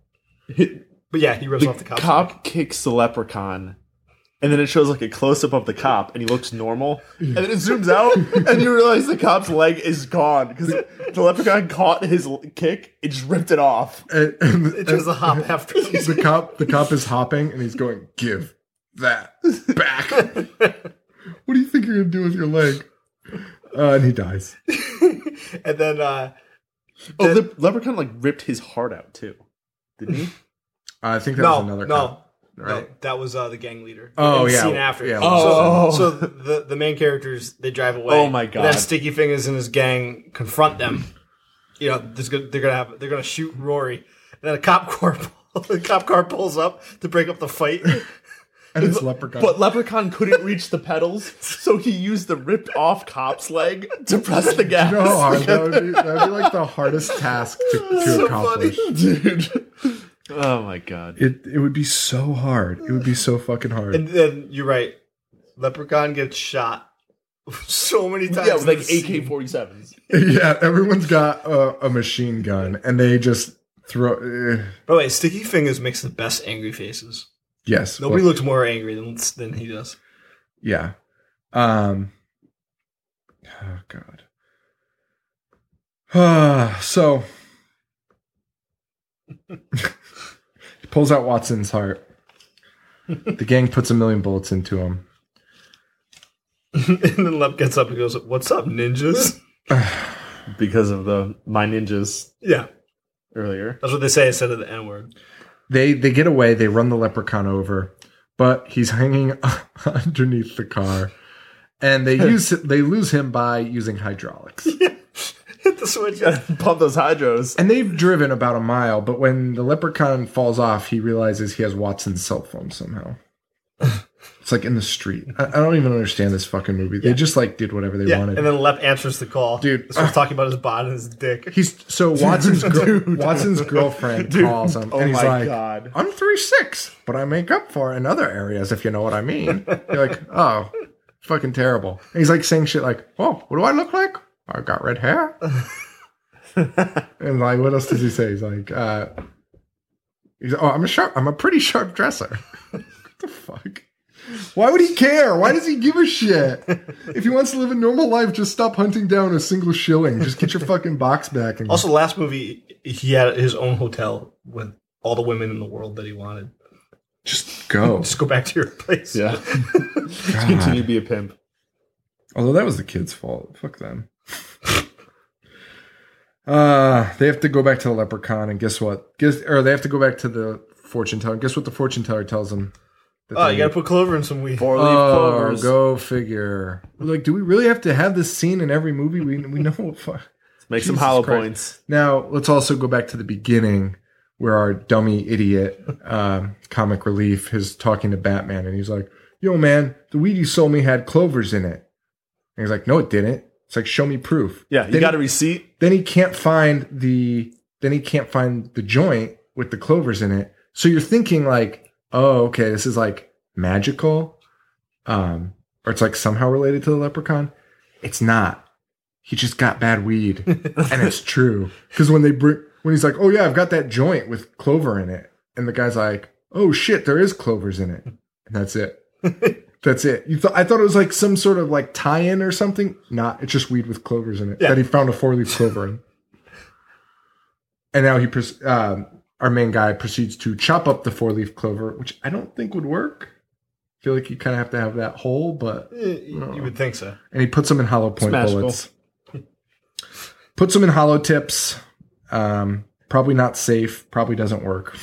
S5: But yeah, he rips off the
S2: the
S5: cop.
S2: cop kicks the leprechaun, and then it shows like a close up of the cop, and he looks normal, and then it zooms out, and you realize the cop's leg is gone because the leprechaun caught his l- kick, it just ripped it off.
S4: And, and,
S5: It does the hop after.
S4: and the cop, the cop is hopping, and he's going, "Give that back." what do you think you're gonna do with your leg? Uh, and he dies.
S5: and then uh,
S2: Oh, the leprechaun like ripped his heart out too, didn't he?
S4: I think that
S5: no,
S4: was another.
S5: no,
S4: cop.
S5: no,
S4: right?
S5: that was uh, the gang leader.
S4: Oh,
S5: And the
S4: yeah.
S5: scene after.
S4: Yeah,
S2: Oh.
S5: so, so the the main characters they drive away.
S2: Oh, my
S5: and
S2: God.
S5: Then Sticky Fingers and his gang confront them. You know, there's gonna, they're gonna have they're gonna shoot Rory, and then a cop car the cop car pulls up to break up the fight.
S4: And it's leprechaun.
S2: But Leprechaun couldn't reach the pedals, so he used the ripped off cop's leg to press the gas.
S4: no, hard. That would, be, that would be like the hardest task to, to accomplish.
S2: Dude. Oh my god.
S4: It it would be so hard. It would be so fucking hard.
S5: And then you're right, Leprechaun gets shot so many times.
S2: Yeah, with like
S5: in this scene.
S2: AK 47s.
S4: yeah, everyone's got a, a machine gun, and they just throw. Uh,
S5: By the way, Sticky Fingers makes the best angry faces.
S4: yes,
S5: Nobody
S4: well,
S5: looks more angry than than he does.
S4: Yeah. Um. Oh God. Ah, so he pulls out Watson's heart. The gang puts a million bullets into him.
S5: and then Lep gets up and goes, "What's up, ninjas?"
S2: Because of the my ninjas
S5: Yeah,
S2: earlier.
S5: that's what they say instead of the N word.
S4: They they get away. They run the leprechaun over, but he's hanging underneath the car, and they use they lose him by using hydraulics.
S5: Hit the switch.
S2: Pump those hydros.
S4: And they've driven about a mile, but when the leprechaun falls off, he realizes he has Watson's cell phone somehow. it's like in the street. I, I don't even understand this fucking movie. They just like did whatever they
S5: Yeah,
S4: wanted.
S5: and then Lep answers the call.
S4: Dude.
S5: starts talking about his bot and his dick.
S4: he's so Watson's gir- Watson's girlfriend calls him,
S2: Oh
S4: and he's
S2: my
S4: like,
S2: God.
S4: "I'm three six, but I make up for it in other areas, if you know what I mean." You're like, "Oh, fucking terrible." And he's like saying shit like, "Oh, what do I look like? I got red hair." and like, what else does he say? He's like, uh, "He's oh, I'm a sharp, I'm a pretty sharp dresser." what the fuck? Why would he care? Why does he give a shit? If he wants to live a normal life, just stop hunting down a single shilling. Just get your fucking box back and
S5: Also, last movie he had his own hotel with all the women in the world that he wanted.
S4: just go.
S5: Just go back to your place.
S2: Yeah. Continue to be a pimp.
S4: Although that was the kid's fault. Fuck them. uh they have to go back to the leprechaun and guess what? Guess or they have to go back to the fortune teller. Guess what the fortune teller tells them? that
S5: Oh,
S4: they
S5: you gotta
S4: need?
S5: put clover in some weed.
S2: Four leaf
S4: Oh,
S2: clovers.
S4: go figure. Like, do we really have to have this scene in every movie? We we know what fuck.
S2: Make some
S4: Jesus
S2: hollow
S4: Christ.
S2: points.
S4: Now let's also go back to the beginning where our dummy idiot um, comic relief is talking to Batman, and he's like, "Yo, man, the weed you sold me had clovers in it." And he's like, "No, it didn't." It's like, "Show me proof."
S2: Yeah, you
S4: Then
S2: got a
S4: he-
S2: receipt.
S4: then he can't find the then he can't find the joint with the clovers in it. So you're thinking like, oh, okay, this is like magical, um, or it's like somehow related to the leprechaun. It's not. He just got bad weed, and it's true. Because when they bring when he's like, oh yeah, I've got that joint with clover in it, and the guy's like, oh shit, there is clovers in it, and that's it. That's it. You thought I thought it was like some sort of like tie-in or something. Not. It's just weed with clovers in it
S5: Yeah.
S4: that he found a four-leaf clover in. And now he, pres- um, our main guy, proceeds to chop up the four-leaf clover, which I don't think would work. I feel like you kind of have to have that hole, but uh,
S5: Eh, You you would think so.
S4: and he puts them in hollow point
S2: Smashable.
S4: bullets. Puts them in hollow tips. Um, probably not safe. Probably doesn't work.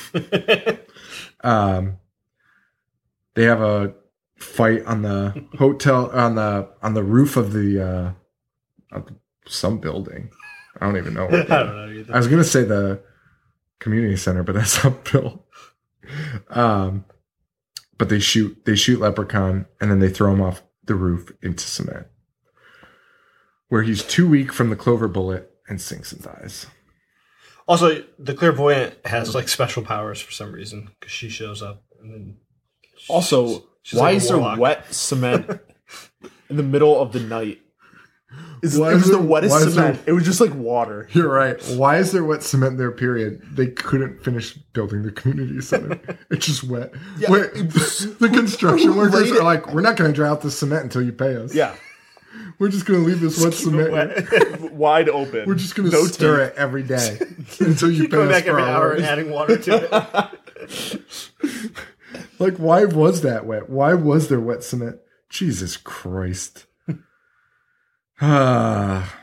S4: um, they have a fight on the hotel on the on the roof of the uh, of some building. I don't even know.
S5: I
S4: What
S5: don't know either.
S4: I was gonna say the community center, but that's not built. Um, but they shoot they shoot Leprechaun and then they throw him off the roof into cement, where he's too weak from the clover bullet and sinks and dies.
S5: Also, the clairvoyant has like special powers for some reason because she shows up and then
S2: Also,
S5: She's
S2: why
S5: like a
S2: is there
S5: warlock.
S2: wet cement in the middle of the night? Is, it
S4: Why
S2: was
S4: is
S2: the
S4: there-
S2: wettest
S4: why is
S2: cement.
S4: there-
S2: It was just like water.
S4: You're right. Why is there wet cement there? Period. They couldn't finish building the community center. it's just wet. Wait, the construction workers are like, we're not going to dry out the cement until you pay us.
S2: Yeah,
S4: we're just going to leave this wet cement.
S2: wide open.
S4: We're just going to
S2: No
S4: stir
S2: teeth.
S4: it every day until you pay
S5: going
S4: us
S5: back
S4: for
S5: every hour
S4: hours.
S5: and adding water to it.
S4: Like, why was that wet? Why was there wet cement? Jesus Christ. Ah.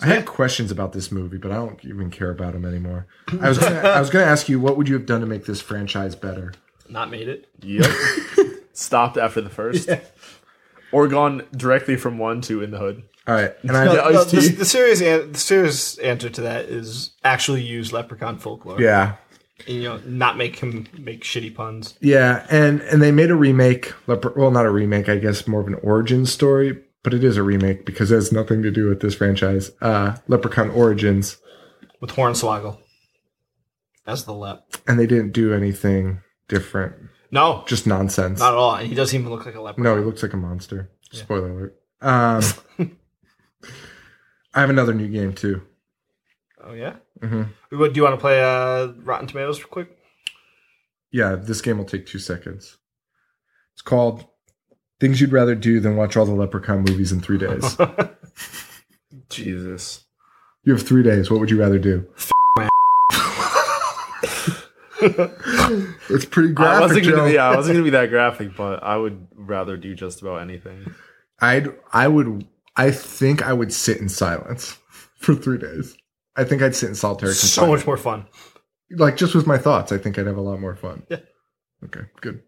S4: I had questions about this movie, but I don't even care about them anymore. I was gonna, I was going to ask you, what would you have done to make this franchise better?
S5: Not made it.
S2: Yep. Stopped after the first, or gone directly from one to in the hood.
S4: All right, and I
S2: Yeah, iced
S5: the,
S2: tea.
S5: the serious an- the serious answer to that is actually use leprechaun folklore.
S4: yeah,
S5: And, you know, not make him make shitty puns.
S4: yeah, and and they made a remake. Lepre- well, not a remake, I guess, more of an origin story, but it is a remake because it has nothing to do with this franchise. Uh, Leprechaun Origins,
S5: with Hornswoggle as the lep.
S4: and they didn't do anything different.
S5: No,
S4: Just nonsense.
S5: not at all. And he doesn't even look like a leprechaun.
S4: No, he looks like a monster. Spoiler alert. Um, I have another new game too.
S5: Oh yeah. Mm-hmm. Do you want to play uh, Rotten Tomatoes real quick?
S4: Yeah, this game will take two seconds. It's called "Things You'd Rather Do Than Watch All the Leprechaun Movies in Three Days."
S2: Jesus.
S4: you have three days. What would you rather do? it's pretty graphic.
S2: I wasn't
S4: Joe.
S2: gonna be. Yeah, I wasn't gonna be that graphic, but I would rather do just about anything.
S4: I'd I would I think I would sit in silence for three days. I think I'd sit in solitary
S5: So
S4: confinement.
S5: much more fun.
S4: like just with my thoughts, I think I'd have a lot more fun. Yeah. Okay, good.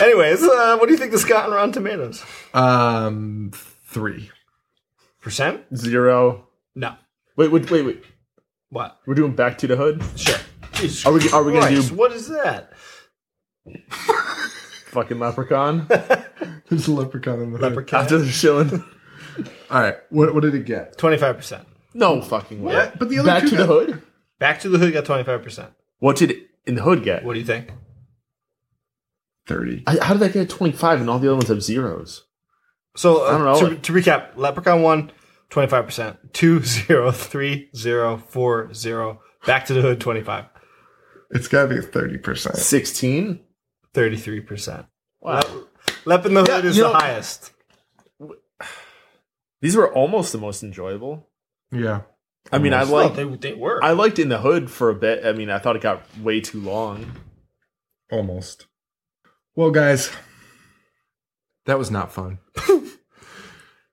S5: Anyways, uh, what do you think this got on Rotten Tomatoes?
S4: Um three.
S5: Percent?
S2: Zero.
S5: No.
S2: Wait, wait, wait, wait.
S5: What?
S2: We're doing back to the hood.
S5: Sure. Jesus
S2: Are we- are we gonna do-
S5: Christ, what is that?
S2: Fucking leprechaun.
S4: There's a leprechaun in the hood.
S5: Leprechaun.
S2: After the shilling.
S4: All right. What what did it get?
S5: Twenty five percent.
S2: No fucking way.
S5: Yeah,
S4: but the other
S2: back
S4: two
S2: to the
S4: got-
S2: hood.
S5: Back to the Hood got twenty five percent.
S2: What did in the hood get?
S5: What do you think?
S4: Thirty.
S2: I, how did that get a 25 and all the other ones have zeros?
S5: So uh,
S2: I don't know.
S5: To, to recap, Leprechaun one, 25 percent. Two zero three zero four zero. Back to the Hood twenty five.
S4: It's gotta be thirty percent.
S2: 16?
S5: 33%.
S2: Wow.
S5: Lep in the Hood is
S2: you
S5: the
S2: know-
S5: highest.
S2: These were almost the most enjoyable.
S4: Yeah.
S2: I mean, I
S5: Well,
S2: liked,
S5: they, they were.
S2: I liked In the Hood for a bit. I mean, I thought it got way too long.
S4: Almost. Well, guys, that was not fun.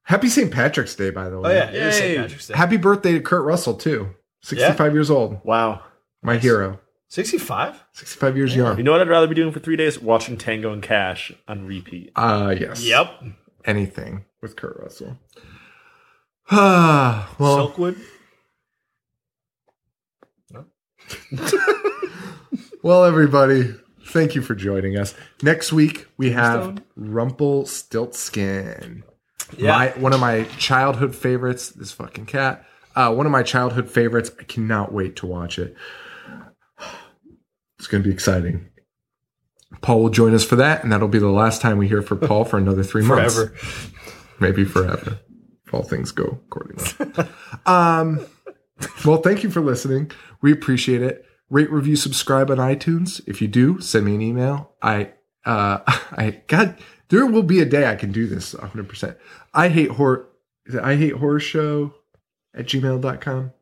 S4: Happy St. Patrick's Day, by the
S5: oh,
S4: way.
S5: yeah. It is
S2: Yay.
S5: St. Patrick's Day.
S4: Happy birthday to Kurt Russell too. Sixty-five years old.
S2: Wow.
S4: My hero.
S5: 65?
S4: 65 years
S2: You
S4: young.
S2: know what I'd rather be doing for three days? Watching Tango and Cash on repeat.
S4: Uh yes.
S5: Yep.
S4: Anything with Kurt Russell. Ah,
S5: Uh,
S4: well,
S5: Silkwood?
S4: well, everybody, thank you for joining us. Next week we have Rumpelstiltskin.
S5: Yeah.
S4: My one of my childhood favorites. This fucking cat. Uh, one of my childhood favorites. I cannot wait to watch it. It's going to be exciting. Paul will join us for that, and that'll be the last time we hear from Paul for another three months.
S5: Forever.
S4: maybe forever if all things go according um well thank you for listening we appreciate it rate review subscribe on itunes if you do send me an email i uh i god there will be a day i can do this 100% i hate horror is it i hate horror show at gmail.com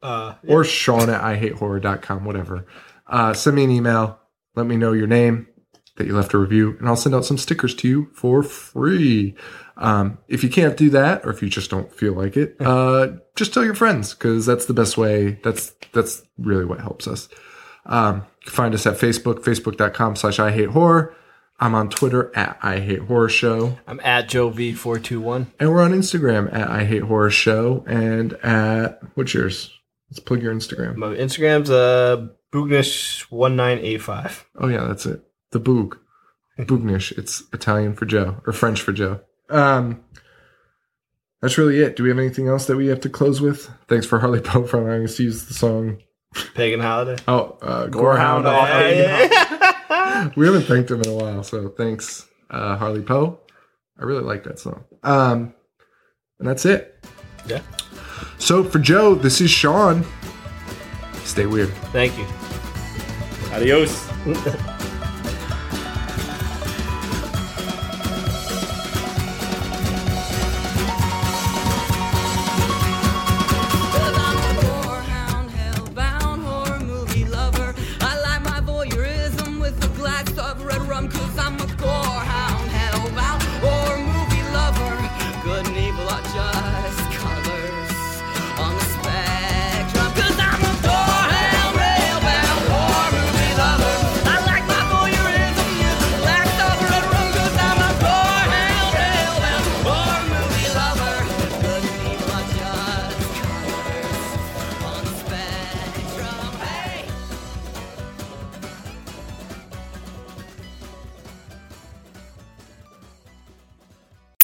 S5: Uh,
S4: or Sean at ihatehorror.com, whatever. Uh, send me an email. Let me know your name that you left a review, and I'll send out some stickers to you for free. Um, if you can't do that, or if you just don't feel like it, uh, just tell your friends because that's the best way. That's that's really what helps us. Um, you can find us at Facebook, facebook.com slash I Hate Horror. I'm on Twitter at I Hate Horror Show.
S5: I'm at Joe V four two one.
S4: And we're on Instagram at I Hate Horror Show and at what's yours? Let's plug your Instagram.
S5: My Instagram's uh Boognish one nine eight five.
S4: Oh yeah, that's it. The Boog. Boognish. It's Italian for Joe or French for Joe. Um That's really it. Do we have anything else that we have to close with? Thanks for Harley Pope for allowing us to use the song.
S5: Pagan holiday.
S4: Oh, uh Gorehound.
S5: Yeah, yeah, yeah.
S4: We haven't thanked him in a while, so thanks, uh Harley Poe. I really like that song. Um and that's it.
S5: Yeah.
S4: So for Joe, this is Sean. Stay weird.
S5: Thank you.
S2: Adios.
S3: I like my voyeurism with a glass of red rum, 'cause